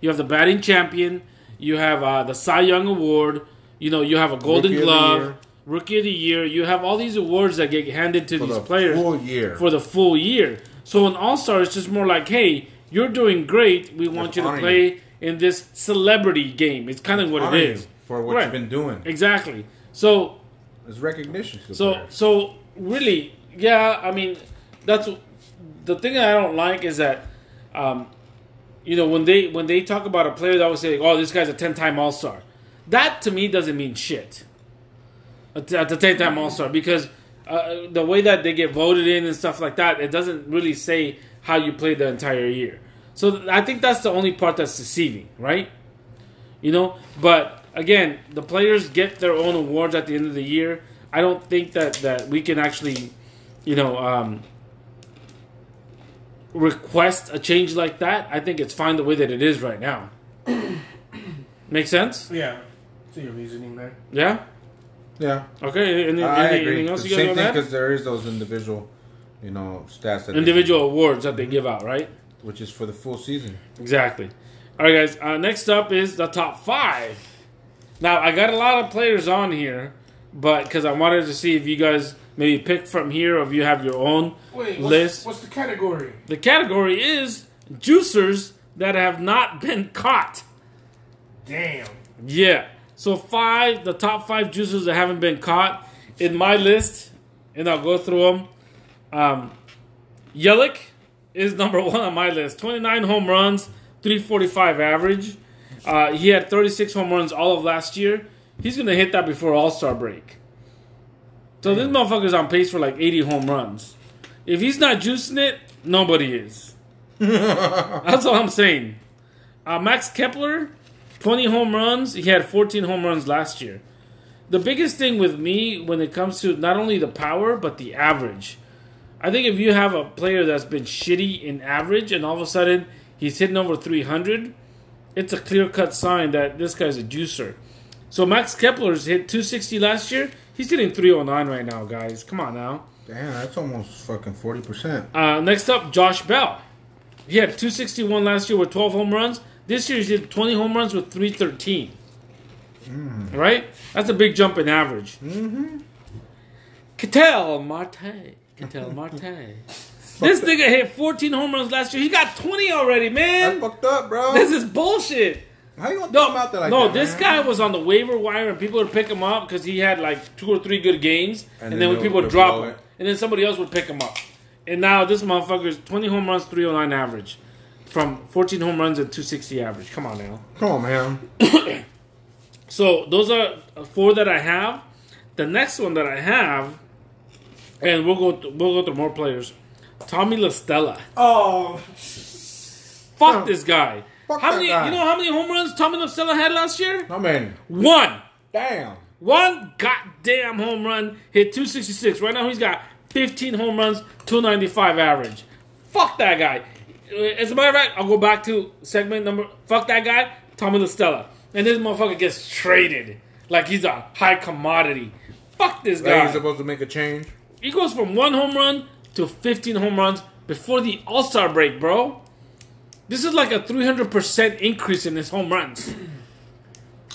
B: you have the batting champion, you have uh, the Cy Young Award, you know, you have a Golden
C: Rookie of the
B: Glove,
C: Year.
B: Rookie of the Year. You have all these awards that get handed to
C: For
B: these
C: the
B: players
C: full year.
B: for the full year. So an All Star is just more like, hey, you're doing great. We want
C: Just
B: you to
C: honor
B: play in this celebrity game. It's kind of what
C: Honor
B: it
C: you
B: is
C: for what
B: Right.
C: you've been doing.
B: Exactly. So
C: It's recognition. to the
B: so
C: player.
B: so really, yeah. I mean, that's the thing that I don't like is that, um, you know, when they when they talk about a player that would say, "Oh, this guy's a ten time All Star," that to me doesn't mean shit. At the- at the ten time All Star because uh, the way that they get voted in and stuff like that, it doesn't really say how you played the entire year. So th- I think that's the only part that's deceiving, right? you know. But again, the players get their own awards at the end of the year. I don't think that that we can actually, you know, um, request a change like that. I think it's fine the way that it is right now. Make sense?
D: Yeah. See your reasoning there.
B: Yeah.
C: yeah,
B: Okay. Any,
C: I
B: any-
C: agree.
B: Anything else
C: The
B: you guys
C: same
B: on
C: thing
B: that?
C: because there is those individual, you know, stats that they-
B: Individual awards that they give out, right?
C: which is for the full season.
B: Exactly. All right, guys. Uh, next up is the top five. Now I got a lot of players on here, but because I wanted to see if you guys maybe pick from here, or if you have your own
D: Wait, what's,
B: list.
D: what's the category?
B: The category is juicers that have not been caught.
D: Damn.
B: Yeah. So five, the top five juicers that haven't been caught in my list, and I'll go through them. Um, Yelich is number one on my list. 29 home runs, 345 average. Uh, he had 36 home runs all of last year. He's going to hit that before All Star break. So this motherfucker's on pace for like 80 home runs. If he's not juicing it, nobody is. That's all I'm saying. Uh, Max Kepler, 20 home runs. He had 14 home runs last year. the biggest thing with me when it comes to not only the power but the average. I think if you have a player that's been shitty in average and all of a sudden he's hitting over 300, it's a clear cut sign that this guy's a juicer. So Max Kepler's hit 260 last year. He's hitting 309 right now, guys. Come on now.
C: Damn, that's almost fucking forty percent.
B: Uh, next up, Josh Bell. He had 261 last year with 12 home runs. This year, he did 20 home runs with 313. Right? That's a big jump in average. Mm-hmm. Cattell Marte. Cattell Marte. this nigga hit 14 home runs last year. He got 20 already,
C: That's
B: man.
C: fucked up, bro.
B: This is bullshit.
C: How you gonna
B: No,
C: throw him out there like
B: no,
C: that?
B: this
C: man?
B: guy was on the waiver wire and people would pick him up because he had like two or three good games, and,
C: And
B: then
C: then
B: when
C: they'll-
B: people would
C: they'll
B: drop
C: blow
B: him,
C: it.
B: and then somebody else would pick him up. And now this motherfucker's twenty home runs, three hundred nine average, from fourteen home runs and two sixty average. Come on now.
C: Come on, man.
B: So those are uh, four that I have. The next one that I have, and we'll go th- we'll go through more players. Tommy LaStella.
D: Oh,
B: Fuck this guy.
C: oh. Fuck
B: how
C: that
B: many?
C: guy.
B: You know how many home runs Tommy LaStella had last year?
C: I mean,
B: One.
C: damn.
B: One goddamn home run hit 266. Right now he's got 15 home runs, 295 average. Fuck that guy. As a matter of fact, I'll go back to segment number. Fuck that guy, Tommy LaStella. And this motherfucker gets traded like he's a high commodity. Fuck this
C: Like
B: guy.
C: he's supposed to make a change.
B: he goes from one home run to 15 home runs before the All Star break, bro. This is like a 300% increase in his home runs.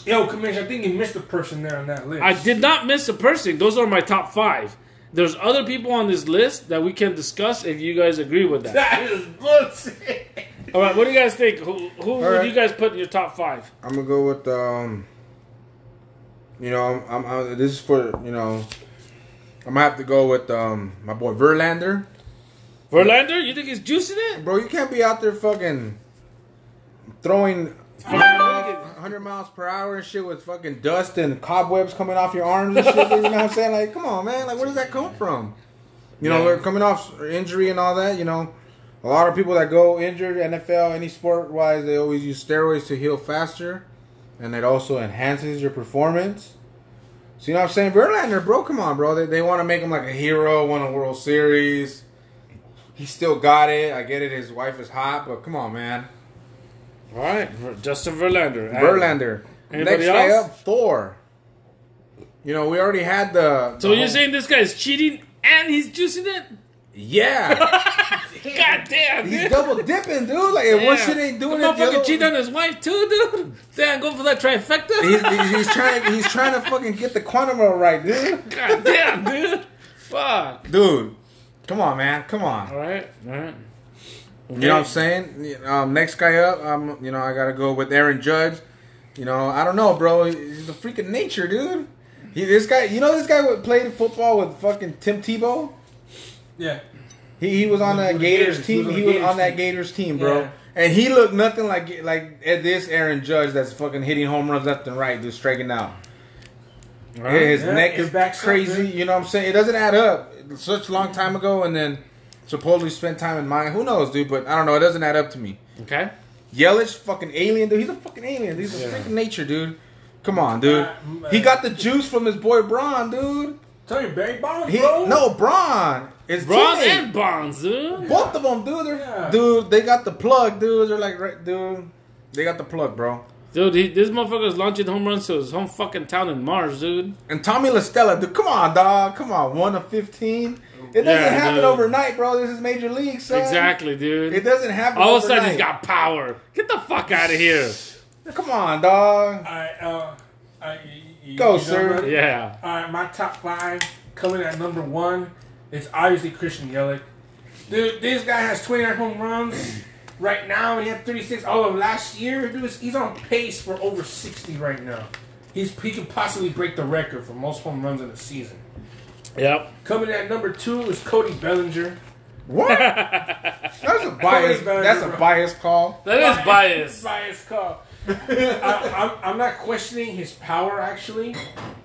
D: yo, Commission, I think you missed a person there on that list.
B: I did not miss a person. Those are my top five. There's other people on this list that we can discuss if you guys agree with that.
D: That is bullshit.
B: All right, what do you guys think? Who, who would
C: right.
B: you guys put in your top five?
C: I'm gonna go with um. You know, I'm, I'm, I'm. This is for you know. I'm gonna have to go with um my boy Verlander,
B: Verlander, you think he's juicing it?
C: bro. You can't be out there fucking throwing
B: Fucking-
C: 100 miles per hour and shit with fucking dust and cobwebs coming off your arms and shit. you know what I'm saying? Like, come on, man. Like, where does that come from? You know, we're coming off injury and all that. You know, a lot of people that go injured, NFL, any sport wise, they always use steroids to heal faster, and it also enhances your performance. So you know what I'm saying? Verlander, bro, come on, bro. They, they want to make him like a hero, won a World Series. He still got it. I get it. His wife is hot, but come on, man.
B: All right, Ver- Justin Verlander.
C: Verlander.
B: Anybody
C: Next guy
B: else?
C: up, Thor. You know, we already had the.
B: So
C: the
B: you're
C: whole-
B: saying this guy's cheating and he's juicing it?
C: Yeah,
B: God damn,
C: he's
B: dude.
C: double dipping, dude. Like if one
B: Damn.
C: shit ain't doing
B: the
C: it, the other-
B: motherfucker cheated on his wife too, dude. Damn, go for that trifecta.
C: He's, he's, he's trying to he's trying to fucking get the quantum roll right, dude.
B: God damn, dude. Fuck.
C: Dude, come on, man, come on.
B: All right, all right.
C: You know what I'm saying? Um, next guy up, um, you know, I gotta go with Aaron Judge. You know, I don't know, bro. He's a freak of nature, dude. He, this guy, you know, this guy wa- played football with fucking Tim Tebow.
D: Yeah.
C: He, he was on that
D: was
C: Gators
D: Gators.
C: team. He was,
D: Gators
C: on that
D: team.
C: Gators team, bro.
D: Yeah.
C: And he looked nothing like like this Aaron Judge that's fucking hitting home runs left and right, dude, striking out.
B: All
C: Yeah,
B: right.
C: his
D: Yeah,
C: neck
D: his
C: is
D: back's up,
C: crazy.
D: dude.
C: you know what I'm saying? It doesn't add up. Such a long time ago, and then supposedly spent time in mine. Who knows, dude? But I don't know. It doesn't add up to me.
B: Okay.
C: Yelich, fucking alien, dude. He's a fucking alien. He's a freaking nature, dude. Come on, dude.
D: Uh, mm,
C: he
D: uh,
C: got the juice from his boy Braun, dude.
D: Tell you, Barry Bonds,
C: He,
D: bro.
C: no, Braun. It's
B: Braun and Bonds, dude.
C: Both of them, dude. They're,
D: Yeah.
C: Dude, they got the plug, dude. They're like, right, dude, they got the plug, bro.
B: Dude, he, this motherfucker's launching home runs to his home fucking town in Mars, dude.
C: And Tommy LaStella, dude, come on, dog, come on, one of fifteen. It doesn't
B: Yeah,
C: happen
B: dude.
C: overnight, bro. This is major league, son.
B: Exactly, dude.
C: It doesn't happen.
B: All of a
C: overnight.
B: sudden, he's got power. Get the fuck out of here.
C: Come on, dog.
D: I, uh, I, y- y-
C: Go,
D: you know
C: sir.
D: what?
B: Yeah.
D: All right, my top five coming at number one is obviously Christian Yelich. Dude, this guy has 29 home runs right now, and he had 36 all of last year. Dude, he's on pace for over 60 right now. He's he could possibly break the record for most home runs in a season.
B: Yep.
D: Coming at number two is Cody Bellinger.
C: What? That's a bias.
D: Cody
C: That's a
D: Bellinger.
C: bias call.
B: That is biased.
D: Bias call. I, I'm, I'm not questioning his power. Actually,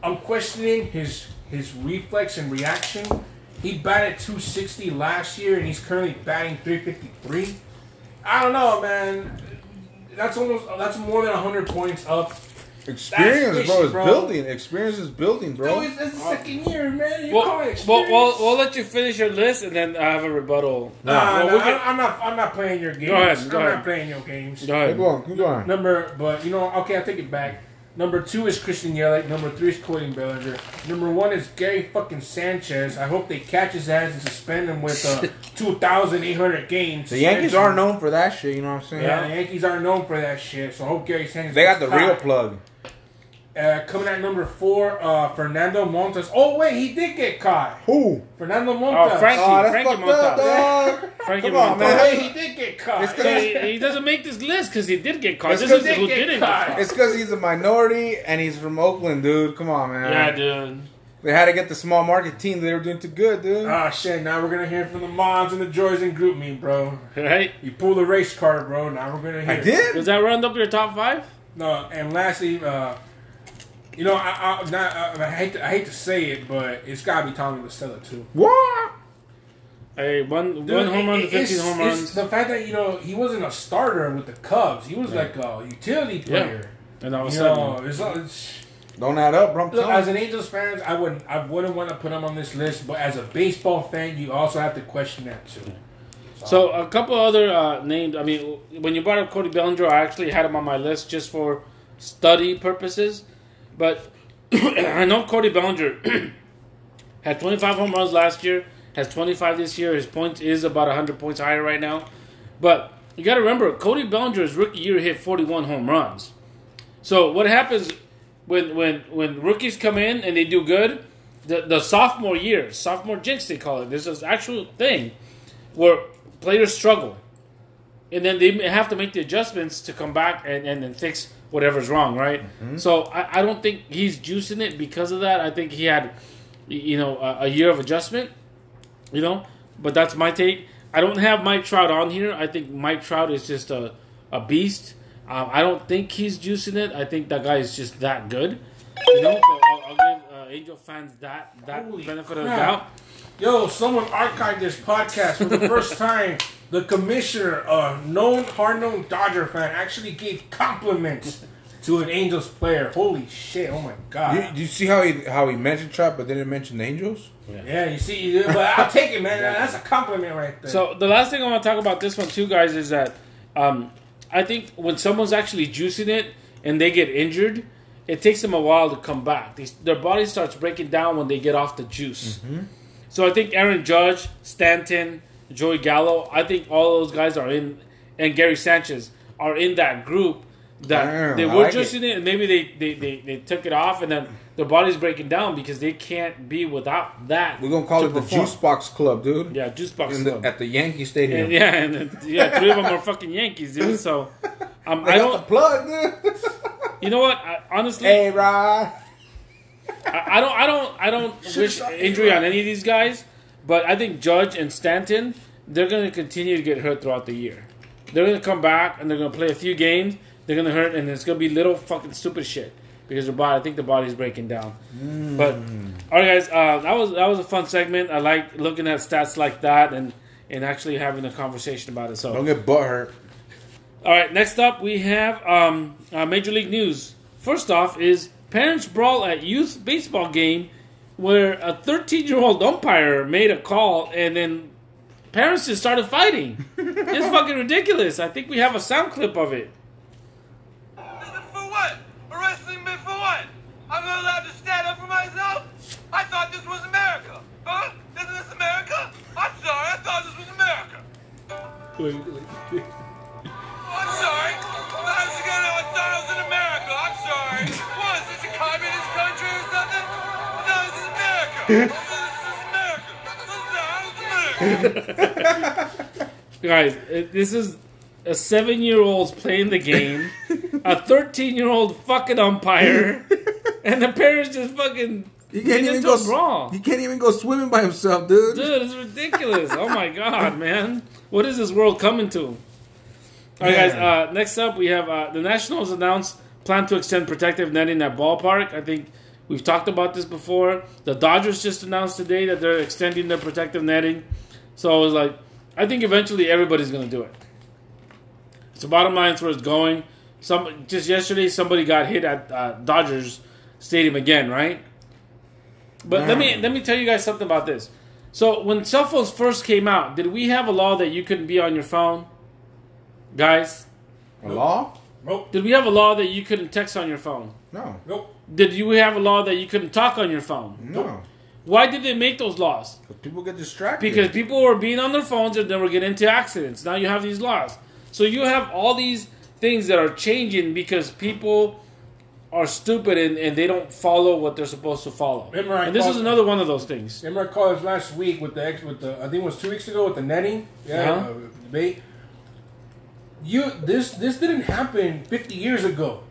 D: I'm questioning his his reflex and reaction. He batted 260 last year, and he's currently batting 353. I don't know, man. That's almost that's more than 100 points up.
C: Experience,
D: That's
C: bro,
D: fishy,
C: is
D: bro.
C: building. Experience is building, bro.
D: Dude, it's, it's the second year, man. You call
B: Well,
D: it
B: well, well,
D: experience.
B: we'll let you finish your list, and then I have a rebuttal.
D: Nah,
B: well,
D: nah,
B: we can-
D: I'm- I'm not. I'm not playing your games.
B: ahead, go
D: I'm
B: ahead.
D: not playing your games.
B: Go
C: Keep
B: ahead.
C: going, keep going.
D: Number, but you know, okay, I take it back. Number two is Christian Yelich. Number three is Cody Bellinger. Number one is Gary fucking Sanchez. I hope they catch his ass and suspend him with uh, two thousand eight hundred games.
C: The Yankees are known for that shit. You know what I'm saying?
D: Yeah, the Yankees are known for that shit. So I hope Gary Sanchez.
C: They got the
D: gets
C: real
D: caught.
C: plug.
D: Uh, coming at number four, uh, Fernando Montes. Oh wait, he did get caught.
C: Who?
D: Fernando Montes.
B: Oh, Frank-
C: Oh, that's
B: Frankie
C: fucked
B: Montas.
C: up, dog.
B: Frankie
C: Come on,
B: Montas.
D: Oh, wait,
C: man.
D: he did get caught.
C: It's 'cause-
B: So he, he doesn't make this list because he did get caught.
C: It's
B: This
C: 'cause
B: is
D: they
B: who
D: get
B: didn't
D: caught.
B: get caught.
C: It's because he's a minority and he's from Oakland, dude. Come on, man.
B: Yeah, dude.
C: They had to get the small market team. They were doing too good, dude.
B: Uh,
D: Ah shit! Now we're gonna hear from the mods and the joys and group me, bro.
B: Right?
D: You pull the race card, bro. Now we're gonna hear.
C: I did.
B: Does that round up your top five?
D: No, and lastly, uh, you know, I, I, not, I, I hate to, I hate to say it, but it's gotta be Tommy Listella too.
C: What?
B: Hey, one
D: Dude,
B: one home run to
D: it- it's-
B: fifteen home
D: it's
B: runs,
D: The fact that you know he wasn't a starter with the Cubs, he was like a utility player.
B: and all of a
D: You
B: sudden,
D: know, it's, it's,
C: Don't add up, bro. I'm
D: look,
C: telling
D: as an Angels fan, I wouldn't, I wouldn't want to put him on this list, but as a baseball fan, you also have to question that too.
B: So a couple other uh, names. I mean, when you brought up Cody Bellinger, I actually had him on my list just for study purposes. But I know Cody Bellinger had 25 home runs last year, has 25 this year. His points is about 100 points higher right now. But you got to remember, Cody Bellinger's rookie year hit 41 home runs. So what happens when when when rookies come in and they do good? The, the sophomore year, sophomore jinx they call it. This is actual thing where players struggle, and then they have to make the adjustments to come back and and, and fix whatever's wrong, right? So I, I don't think he's juicing it because of that. I think he had, y- you know, a, a year of adjustment, you know. But that's my take. I don't have Mike Trout on here. I think Mike Trout is just a a beast. Um, I don't think he's juicing it. I think that guy is just that good. You know, so I'll, I'll give uh, Angel fans that that
D: Holy
B: benefit of the
D: crap.
B: doubt.
D: Yo, someone archived this podcast for the first time. The commissioner, a known, hard-known Dodger fan, actually gave compliments to an Angels player. Holy shit! Oh my god.
C: you. You, you see how he how he mentioned Trap, but didn't mention the Angels.
D: yeah, you see, you but I'll take it, man. That's a compliment right there.
B: So the last thing I want to talk about this one too, guys, is that um, I think when someone's actually juicing it and they get injured, it takes them a while to come back. They, their body starts breaking down when they get off the juice.
C: Mm-hmm.
B: So I think Aaron Judge, Stanton, Joey Gallo, I think all those guys are in, and Gary Sanchez are in that group that
C: Damn,
B: they
C: I
B: were
C: like
B: juicing it. and maybe they, they, they, they took it off and then their body's breaking down because they can't be without that.
C: We're gonna call
B: to
C: it the
B: perform.
C: Juice Box Club, dude.
B: Yeah, juice box.
C: In the-
B: club.
C: at the Yankee Stadium.
B: And yeah, and then- yeah, three of them are fucking Yankees, dude. So um, I
C: I got
B: don't.
C: the plug, dude.
B: You know what? I, honestly,
C: hey, Rod.
B: I, I don't. I don't. I don't wish injury on any of these guys. But I think Judge and Stanton, they're going to continue to get hurt throughout the year. They're going to come back and they're going to play a few games. They're going to hurt, and it's going to be little fucking stupid shit because their body. I think the body's breaking down. But all right, guys, uh, that was that was a fun segment. I like looking at stats like that and and actually having a conversation about it. So
C: Don't get butt hurt.
B: All right, next up we have um, uh, Major League News. First off, is parents brawl at youth baseball game where a 13 year old umpire made a call and then parents just started fighting. it's fucking ridiculous. I think we have a sound clip of it.
A: For what? Arresting me for what? I'm not allowed to stand up for myself? I thought this was America. Huh? Isn't this America? I'm sorry, I thought this was America. Oh, I'm sorry. I was gonna, I thought I was in America. I'm sorry. What is this, a communist country or something? No, this is America. This is America. I'm sorry, this is America.
B: Guys, it, this is a seven year old's playing the game, a 13 year old fucking umpire, and the parents just fucking.
C: He
B: get
C: can't even
B: into
C: go.
B: a brawl.
C: He can't even go swimming by himself, dude.
B: Dude, it's ridiculous. oh my god, man. What is this world coming to? All right, guys.
C: Man.
B: Uh, next up, we have uh, the Nationals announced plan to extend protective netting at ballpark. I think we've talked about this before. The Dodgers just announced today that they're extending their protective netting. So I was like, I think eventually everybody's going to do it. It's the bottom line. It's where it's going. Some just yesterday, somebody got hit at uh, Dodgers Stadium again, right? But let me let me tell you guys something about this. So when cell phones first came out, did we have a law that you couldn't be on your phone, guys?
C: A law?
D: Nope.
B: Did we have a law that you couldn't text on your phone?
C: No.
D: Nope.
B: Did you have a law that you couldn't talk on your phone?
C: No.
B: Why did they make those laws?
C: But people get distracted.
B: because people were being on their phones and they were getting into accidents. Now you have these laws. So you have all these things that are changing because people are stupid and, and they don't follow what they're supposed to follow.
D: Remember I
B: and this
D: called-
B: is another one of those things.
D: Remember I called us last week with the ex with the I think it was two weeks ago with the netting. Yeah.
B: Uh-huh.
D: Uh, debate. You this this didn't happen 50 years ago.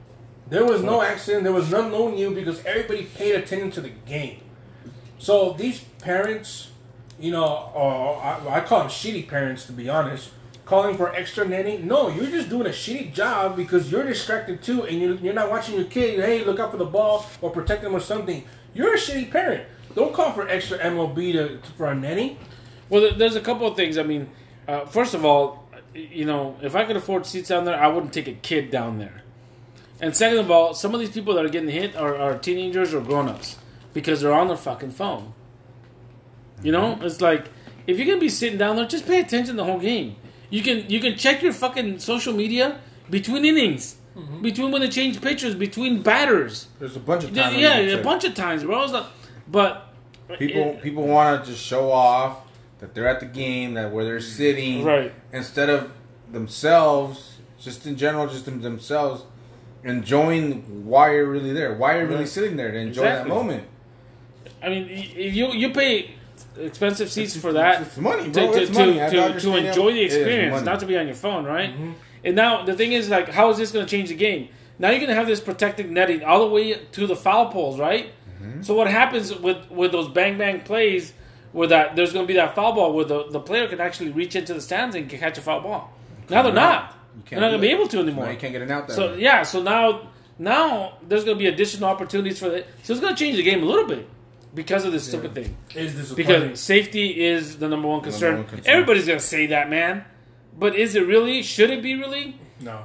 D: There was no accident. There was none no new because everybody paid attention to the game. So these parents, you know, or I, I call them shitty parents to be honest, calling for extra netting. No, you're just doing a shitty job because you're distracted too, and you're, you're not watching your kid. Hey, look out for the ball or protect them or something. You're a shitty parent. Don't call for extra MLB to, to- for a netting.
B: Well, there- there's a couple of things. I mean, uh, first of all, you know, if I could afford seats down there, I wouldn't take a kid down there. And second of all, some of these people that are getting hit are, are teenagers or grown ups because they're on their fucking phone. You know,
C: Mm-hmm.
B: it's like if you're gonna be sitting down there, just pay attention the whole game. You can you can check your fucking social media between innings, between when they change pitchers, between batters.
C: There's a bunch of
B: Yeah,
C: Mm-hmm. time.
B: yeah,
C: limits
B: a
C: there.
B: bunch of times, bro. It's not- but
C: People people want to just show off that they're at the game, that where they're sitting,
B: Right.
C: Instead of themselves, just in general, just them, themselves enjoying why you're really there, why you're really
B: Right.
C: sitting there to enjoy
B: Exactly.
C: that moment.
B: I mean, y- you you pay expensive seats for that.
C: it's money,
B: to-
C: bro.
B: To,
C: It's
B: to-
C: money. I
B: to-
C: don't
B: to
C: understand.
B: enjoy
C: It
B: the
C: is
B: experience,
C: money. Mm-hmm.
B: not to be on your phone, right? And now the thing is, like, how is this going to change the game? Now you're going to have this protected netting all the way to the foul poles, right?
C: Mm-hmm.
B: So what happens with with those bang bang plays? Where that there's going to be that foul ball where the, the player can actually reach into the stands and can catch a foul ball. Now they're not.
C: You can't
B: They're not
C: do
B: going to be
C: it.
B: able to anymore.
C: No, you can't get an out there.
B: So yeah, so now now there's gonna be additional opportunities for that. So it's gonna change the game a little bit because of this stupid thing.
D: Is this
B: Because safety is the number one concern.
C: one concern.
B: Everybody's gonna say that, man. But is it really? Should it be really?
D: no?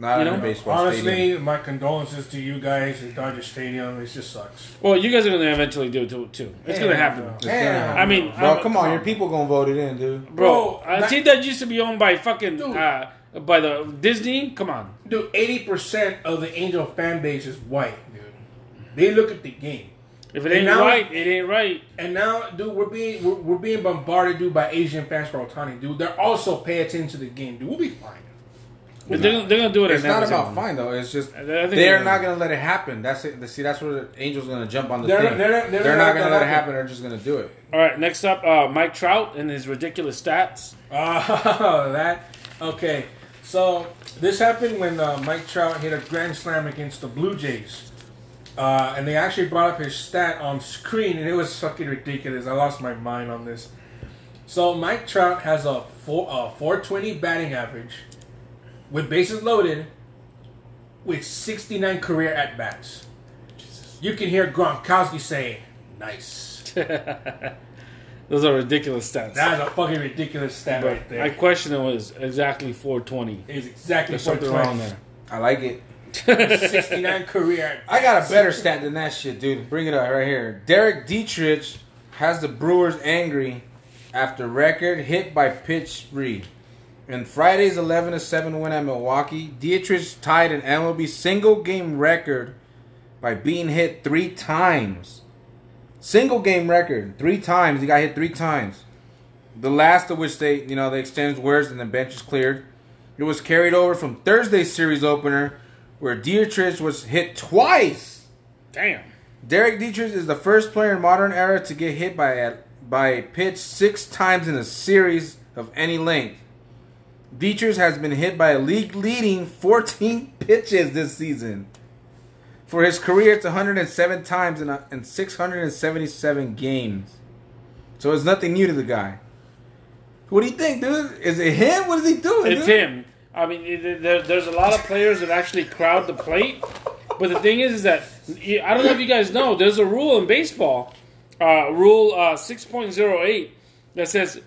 C: not
B: you
C: in a
B: know,
C: baseball
D: Honestly,
C: stadium.
D: my condolences to you guys at Dodger Stadium. It just sucks.
B: Well, you guys are gonna eventually do it too. too. It's gonna happen,
D: Hell no.
C: It's gonna
D: Hell
C: happen.
B: I mean,
C: Bro,
B: I'm-
C: come on, your people gonna vote it in, dude.
B: bro.
D: Bro,
B: A
D: that-
B: team that used to be owned by fucking
D: Dude.
B: uh, by the Disney. Come on,
D: Dude, eighty percent of the Angel fan base is white, dude. They look at the game,
B: if it
D: And
B: ain't
D: now-
B: right, it ain't right.
D: and now, dude, we're being we're, we're being bombarded, dude, by Asian fans for Otani, dude. They're also pay attention to the game, dude. We'll be fine.
B: But they're, gonna- they're gonna do it.
C: It's
B: in
C: not
B: every
C: about
B: single-
C: fine though. It's just
B: I think
C: they're
B: it-
C: not gonna let it happen. That's it. See, that's where the Angels gonna jump on the
D: They're-
C: thing.
D: they're not- they're not
C: not gonna
D: gonna
C: let it
D: happen.
C: happen. They're just gonna do it.
B: All right, next up, uh, Mike Trout and his ridiculous stats.
D: Uh, that okay. So this happened when uh, Mike Trout hit a grand slam against the Blue Jays, uh, and they actually brought up his stat on screen, and it was fucking ridiculous. I lost my mind on this. So Mike Trout has a four uh, four twenty batting average, with bases loaded, with sixty nine career at bats. You can hear Gronkowski saying, "Nice."
B: Those are ridiculous stats.
D: That's a fucking ridiculous stat
B: But
D: right there.
B: My question was exactly 420.
D: It's exactly
B: There's something wrong there.
C: I like it.
D: 69 career.
C: I got a better stat than that shit, dude. Bring it up right here. Derek Dietrich has the Brewers angry after record hit by pitch spree. In Friday's 11 7 win at Milwaukee, Dietrich tied an MLB single game record by being hit three times. Single game record, three times. He got hit three times. The last of which they, you know, they exchanged words and the bench is cleared. It was carried over from Thursday's series opener, where Dietrich was hit twice.
B: Damn.
C: Derek Dietrich is the first player in modern era to get hit by a, by a pitch six times in a series of any length. Dietrich has been hit by a league leading 14 pitches this season. For his career, it's 107 times in, a, in 677 games. So it's nothing new to the guy. What do you think, dude? Is it him? What is he doing?
B: It's
C: dude?
B: him. I mean, it- there, there's a lot of players that actually crowd the plate. But the thing is, is that I don't know if you guys know, there's a rule in baseball, uh, rule uh, 6.08, that says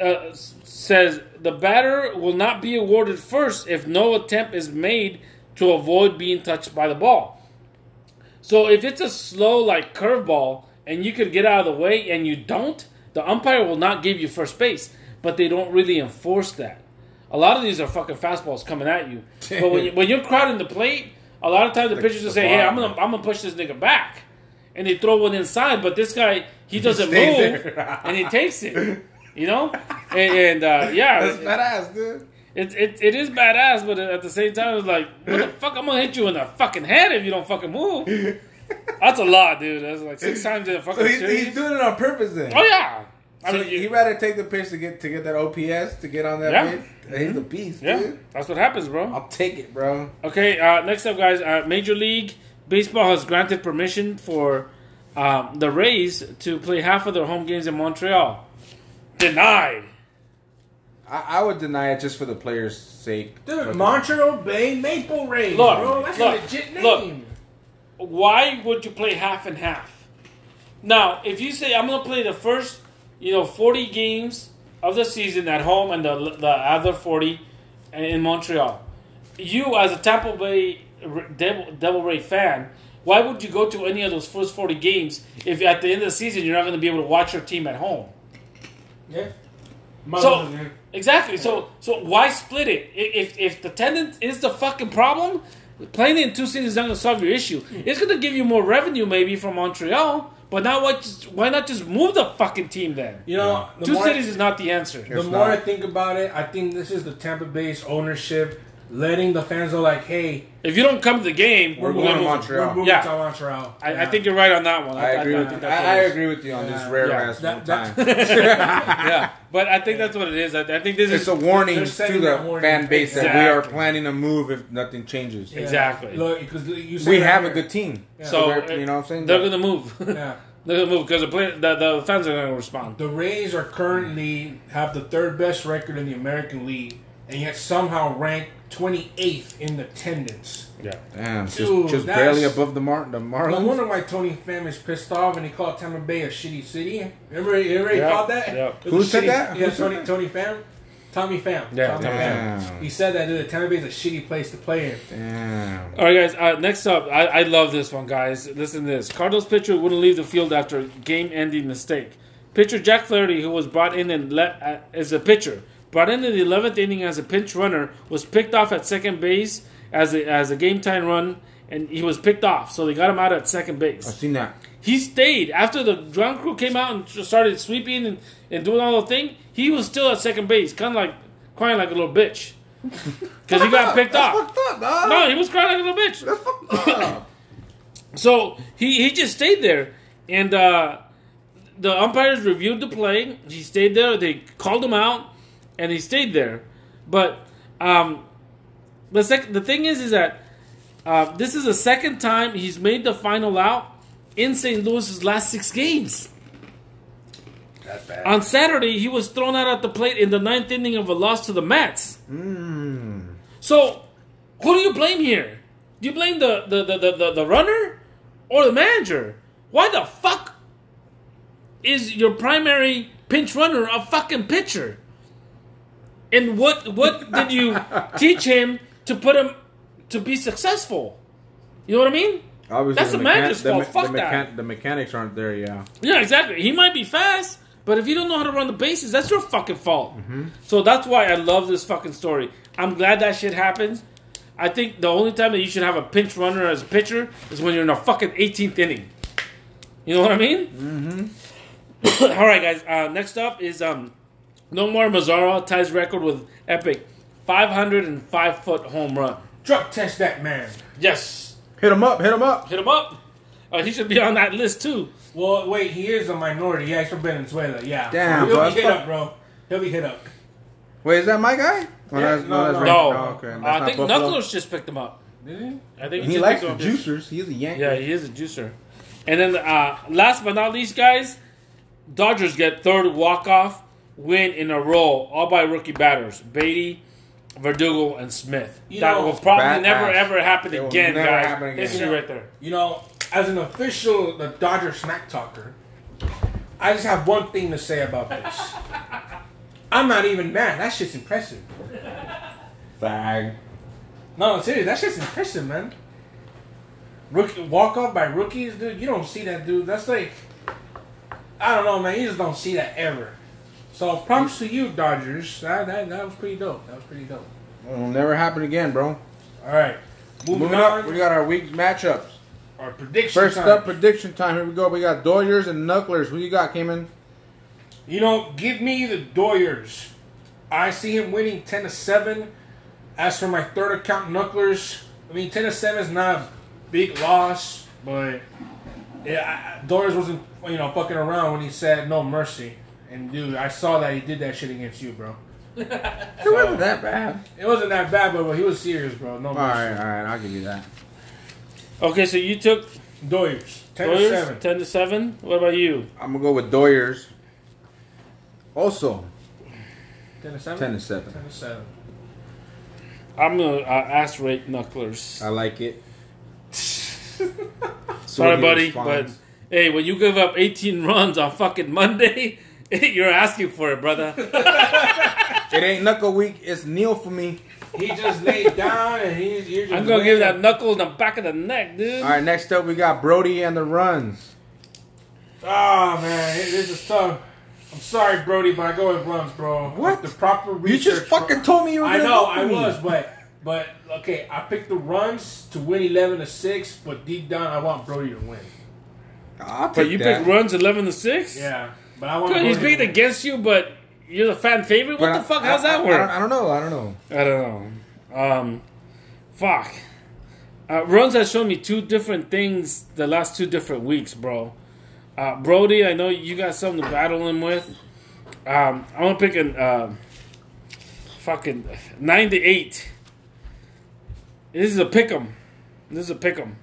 B: uh, s- says the batter will not be awarded first if no attempt is made to avoid being touched by the ball. So if it's a slow like curveball and you could get out of the way and you don't, the umpire will not give you first base, but they don't really enforce that. A lot of these are fucking fastballs coming at you. But when, you, when you're crowding the plate, a lot of times the pitchers will say, "Hey, I'm gonna I'm gonna push this nigga back," and they throw one inside. But this guy, he doesn't
C: stays
B: move,
C: there.
B: and he takes it. You know, and, and uh, yeah,
C: That's badass, dude.
B: it, it, it is badass, but at the same time, it's like, what the fuck? I'm gonna hit you in the fucking head if you don't fucking move. That's a lot, dude. That's like six times in a fucking
C: So he's,
B: series.
C: he's doing it on purpose then.
B: oh yeah, I
C: So
B: mean, you-
C: he rather take the pitch to get to get that OPS to get on that
B: Yeah. Mm-hmm.
C: pitch. He's a beast,
B: yeah,
C: dude.
B: that's what happens, bro.
C: I'll take it, bro.
B: Okay, uh, next up, guys. Uh, Major League Baseball has granted permission for um, the Rays to play half of their home games in Montreal. Denied.
C: I, I would deny it just for the players' sake.
D: Dude,
C: Fucking-
D: Montreal Bay Maple Rays,
B: Look,
D: bro. That's
B: look,
D: a legit name.
B: look. why would you play half and half? Now, if you say I'm going to play the first, you know, 40 games of the season at home and the, the other 40 in Montreal, you as a Tampa Bay Re- Devil, Devil Ray fan, why would you go to any of those first 40 games if at the end of the season you're not going to be able to watch your team at home?
D: Yeah. My
B: So
D: dude.
B: exactly. So so why split it? I- If if the attendance is the fucking problem, playing in two seasons is not gonna solve your issue.
D: Hmm.
B: It's gonna give you more revenue maybe from Montreal, but now why just why not just move the fucking team then?
D: you know, the
B: Two
D: more,
B: cities is not the answer.
D: the
C: It's
D: more
C: not.
D: I think about it, I think this is the Tampa Bay's ownership letting the fans know, like, hey,
B: If you don't come to the game,
C: We're
B: we're
C: going
B: gonna
C: to
B: move.
C: Montreal.
D: we're moving
B: Yeah.
D: to Montreal.
B: I, I
D: Yeah.
B: think you're right on that one.
C: I agree with you.
B: that's
C: I, I
B: what it is.
C: agree with you on this
D: Yeah.
C: rare
B: Yeah.
C: ass
D: That-
C: one
D: that-
C: time.
B: Yeah, but I think that's what it is. I, I think this
C: It's
B: is
C: a warning
D: They're
C: to
D: sending
C: the
D: that warning.
C: fan base that we are
B: Exactly.
C: planning to move if nothing changes.
D: Yeah.
B: Exactly.
D: Look, because you said
C: We
D: right
C: have a
D: here.
C: good team,
B: so uh,
C: we're- you know what I'm saying.
B: they're gonna move.
D: Yeah.
B: they're gonna move because the, play- the the fans are gonna respond.
D: The Rays are currently have the third best record in the American League, and yet somehow ranked 28th in attendance.
B: Yeah.
C: Damn, just,
D: Dude,
C: just
D: that's-
C: barely above the Mar- the
D: No
C: Marlins.
D: wonder why Tony Pham is pissed off and he called Tampa Bay a shitty city. Remember, you already
B: Yeah,
D: called that?
B: yeah.
D: It
C: Who
D: was
C: said
D: shitty-
C: that?
D: Yeah,
C: Who said
D: Tony,
C: that?
D: Tony Pham. Tommy Pham.
B: Yeah,
D: Tommy
B: Tommy
D: Pham.
C: Pham.
D: He said that, dude. Tampa Bay is a shitty place to play in.
C: Damn.
B: All right, guys. Uh, next up, I, I love this one, guys. Listen to this. Cardinals pitcher wouldn't leave the field after game-ending mistake. Pitcher Jack Flaherty, who was brought in and let, uh, as a pitcher, brought in in the 11th inning as a pinch runner, was picked off at second base as a, as a game-time run, and he was picked off. So they got him out at second base
C: I've seen that.
B: he stayed after the ground crew came out and just started sweeping and, and doing all the thing. He was still at second base, kind of like crying like a little bitch because he got picked
C: That's
B: off.
C: fucked up, dog.
B: No, he was crying like a little bitch.
C: That's fucked up.
B: So he, he just stayed there, and uh, the umpires reviewed the play. He stayed there. They called him out, and he stayed there. But um, the sec- the thing is, is that uh, this is the second time he's made the final out in St. Louis's last six games.
D: That's bad.
B: On Saturday, he was thrown out at the plate in the ninth inning of a loss to the Mets.
C: Hmm.
B: So, who do you blame here? Do you blame the the, the, the, the, the runner or the manager? Why the fuck is your primary pinch runner a fucking pitcher? And what what did you teach him to put him to be successful? You know what I mean?
C: Obviously,
B: That's the
C: mechan-
B: manager's
C: the,
B: fault.
C: me-
B: Fuck
C: the,
B: that.
C: the mechanics aren't there, yeah.
B: Yeah, exactly. He might be fast, but if you don't know how to run the bases, that's your fucking fault. So that's why I love this fucking story. I'm glad that shit happens. I think the only time that you should have a pinch runner as a pitcher is when you're in a fucking 18th inning. You know what I mean? Mm-hmm. All right, guys. Uh, next up is um, Nomar Mazzara ties record with epic 505 foot home run.
D: Drug test that man.
B: Yes,
C: Hit him up, hit him up.
B: hit him up. Uh, he should be on that list too.
D: Well, wait, he is a minority. Yeah, he's from Venezuela. Yeah.
C: Damn,
D: He'll
C: bro.
D: be hit up, bro. He'll be hit up.
C: Wait, is that my guy? Oh,
D: Yeah,
C: that's,
D: no,
C: no, that's
D: no.
C: Randy.
B: No,
C: Oh, okay. That's
B: I
C: not
B: think
C: Buffalo.
B: Knuckles just picked him up.
D: Did he?
B: I think
C: He
B: just
C: likes the
B: picked him up.
C: juicers. He's a Yankee.
B: Yeah, he is a juicer. And then uh, last but not least, guys, Dodgers get third walk off win in a row, all by rookie batters Beatty, Verdugo, and Smith.
D: You
B: that
D: know-
B: will probably
C: Bad
B: never
C: pass.
B: ever happen
C: It will
B: again,
C: never
B: guys.
C: happen again.
B: History right there.
D: You know, as an official the Dodger smack talker, I just have one thing to say about this. I'm not even mad. That shit's impressive.
C: Bag.
D: No, seriously, that shit's impressive, man. Rookie walk off by rookies, dude. You don't see that, dude. That's like, I don't know, man. You just don't see that ever. So props to you, Dodgers. That, that, that was pretty dope. That was pretty dope.
C: It'll never happen again, bro.
D: All right, moving,
C: Moving
D: on.
C: up, we got our week matchups.
D: our prediction.
C: First
D: time.
C: up, prediction time. Here we go. We got Doyers and Knucklers. Who you got, Cayman?
D: You know, give me the Doyers. I see him winning ten to seven. As for my third account, Knucklers. I mean, ten to seven is not a big loss, but yeah, I- I- Doyers wasn't you know fucking around when he said no mercy. And dude, I saw that he did that shit against you, bro.
C: It wasn't that bad.
D: It wasn't that bad, but he was serious, bro. No
C: All right, all
D: mercy.
C: right. I'll give you that.
B: Okay, so you took
D: Doyers, ten to
B: Warriors
D: seven.
B: ten to seven. What about you?
C: I'm gonna go with Doyers. Also,
D: Ten to seven.
C: ten to seven.
D: Ten to seven.
B: I'm gonna uh, ass rate Knucklers.
C: I like it.
B: Sorry, buddy, but hey, when you give up 18 runs on fucking Monday, you're asking for it, brother.
C: but it ain't knuckle week. It's kneel for me.
D: He just laid down, and he's. You're just
B: I'm gonna give
D: laying down.
B: that knuckle in the back of the neck, dude.
C: All right, next up we got Brody and the runs.
D: Ah man, it- this is tough. I'm sorry, Brody, but I go with runs, bro.
C: What?
D: With the proper
C: You
D: research?
C: just fucking told me you were
D: I
C: gonna
D: know,
C: vote for
D: I
C: me.
D: was, but but okay, I picked the runs to win 11 to six, but deep down, I want Brody to win.
C: I'll take
B: But you
C: that.
B: pick runs 11 to six.
D: Yeah, but I want.
B: Good, he's
D: Brody
B: picking
D: to win.
B: against you, but you're the fan favorite. What
C: But
B: the fuck?
C: I-
B: How's
C: I-
B: that
C: I don't,
B: work?
C: I don't know. I don't know.
B: I don't know. Um, fuck. Uh, runs has shown me two different things the last two different weeks, bro. Uh, Brody, I know you got something to battle him with. Um, I'm gonna pick an um fucking nine to eight. This is a pick 'em. This is a pick 'em.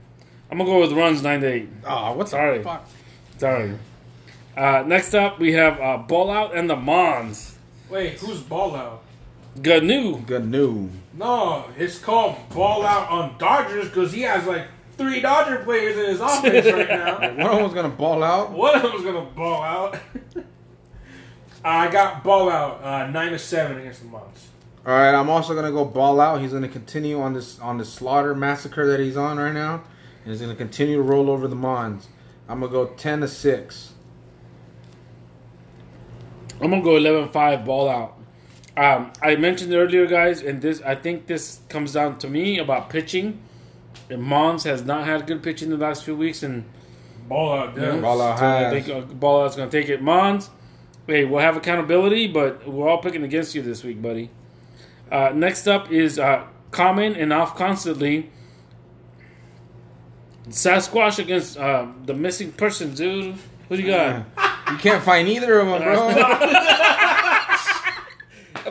B: I'm gonna go with runs nine to eight.
C: Oh, what's
B: Sorry.
C: the fuck?
B: Sorry. Uh, next up, we have uh, Ball Out and the Mons.
D: Wait, who's ball out?
B: Ganu.
C: Good news.
D: No, it's called ball out on Dodgers because he has like three Dodger players in his offense right now.
C: One of them's gonna ball out.
D: One of them's gonna ball out. I got ball out uh, nine to seven against the Mons.
C: All right, I'm also gonna go ball out. He's gonna continue on this on this slaughter massacre that he's on right now, and he's gonna continue to roll over the Mons. I'm gonna go ten to six.
B: I'm gonna go 11-5 ball out. Um, I mentioned earlier, guys, and this I think this comes down to me about pitching. And Mons has not had good pitching the last few weeks, and
D: Ball out, dude.
C: Ball out
B: so I
C: high.
B: think uh, ball out's gonna take it. Mons, hey, we'll have accountability, but we're all picking against you this week, buddy. Uh, next up is uh, common and off constantly. Sasquatch against uh, the missing person, dude. Who do you got?
C: Mm. You can't find either of them, bro.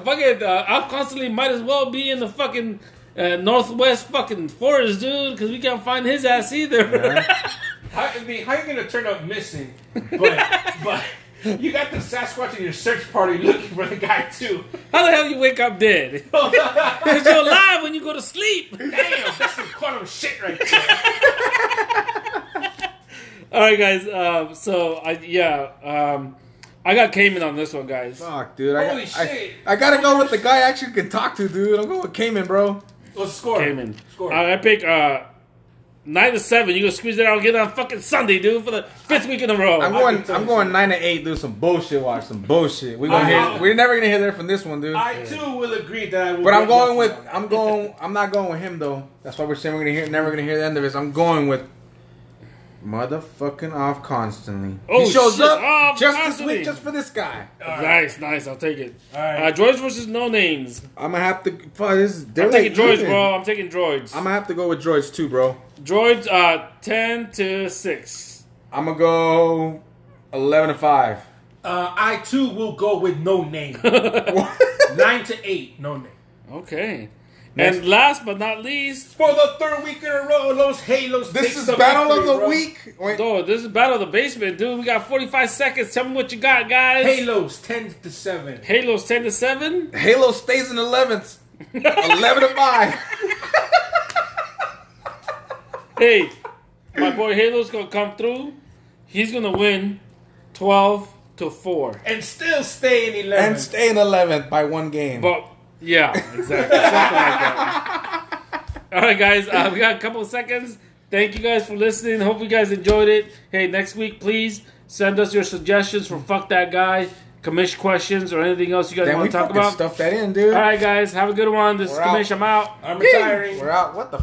B: fucking uh, I'll constantly might as well be in the fucking uh, northwest fucking forest, dude, because we can't find his ass either.
D: How, I mean, how you gonna turn up missing? But but you got the Sasquatch in your search party looking for the guy too.
B: How the hell you wake up dead? Because you're alive when you go to sleep.
D: Damn, that's some quantum shit right there.
B: All right, guys. Um, so I yeah, um, I got Cayman on this one, guys.
C: Fuck, dude. I,
D: Holy
C: got, I-
D: shit.
C: I, gotta go with the guy I actually can talk to, dude. I'm going with Cayman, bro.
D: What's the score?
B: Cayman.
D: Score.
B: I, I pick uh, nine to seven. You gonna squeeze that out and get it on fucking Sunday, dude, for the fifth week in a row.
C: I'm
D: I
C: going.
D: can tell
C: I'm
D: you
C: going nine to eight. Do some bullshit. Watch some bullshit. We gonna
D: I-
C: hear, we're never gonna hear there from this one, dude.
D: I too will agree that I will.
C: But I'm
D: get
C: going with
D: nothing on
C: I'm going I'm not going with him though. That's why we're saying we're gonna hear never gonna hear the end of this. I'm going with motherfucking off constantly.
B: Oh,
C: he shows
B: shit,
C: up
B: Off
C: just
B: Constantly.
C: this week just for this guy.
D: it. All right.
B: nice, nice. I'll take it.
D: All right.
B: Uh, Droids versus no names.
C: I'm gonna have to fuck this is they're
B: I'm taking
C: like
B: droids,
C: even.
B: bro. I'm taking droids.
C: I'm gonna have to go with droids too, bro.
B: droids uh ten to six.
C: I'm gonna go eleven to five.
D: Uh, I too will go with no name. Nine to eight, no name.
B: Okay.
C: Next.
B: And last but not least,
D: For the third week in a row, Los Halos.
C: this
D: takes
C: is
D: the
C: battle of
D: victory,
C: the
D: bro.
C: week. Wait,
B: though oh, this is battle of the basement, dude. We got 45 seconds. Tell me what you got, guys.
D: Halos ten to seven.
B: Halo's ten to seven.
C: Halo stays in eleventh. eleven to five.
B: Hey, my boy Halo's gonna come through. He's gonna win 12 to four.
D: And still stay in eleven.
C: And stay in eleventh by one game.
B: But yeah, exactly. Something like that. All right, guys, uh, we got a couple of seconds. Thank you guys for listening. Hope you guys enjoyed it. Hey, next week, please send us your suggestions for fuck that guy, commish questions, or anything else you guys
C: Then we
B: want to talk
C: fucking
B: about.
C: stuff that in, dude.
B: All right, guys, have a good one. This
C: We're
B: is
C: out.
B: commish. I'm out.
D: I'm retiring.
C: We're out. What the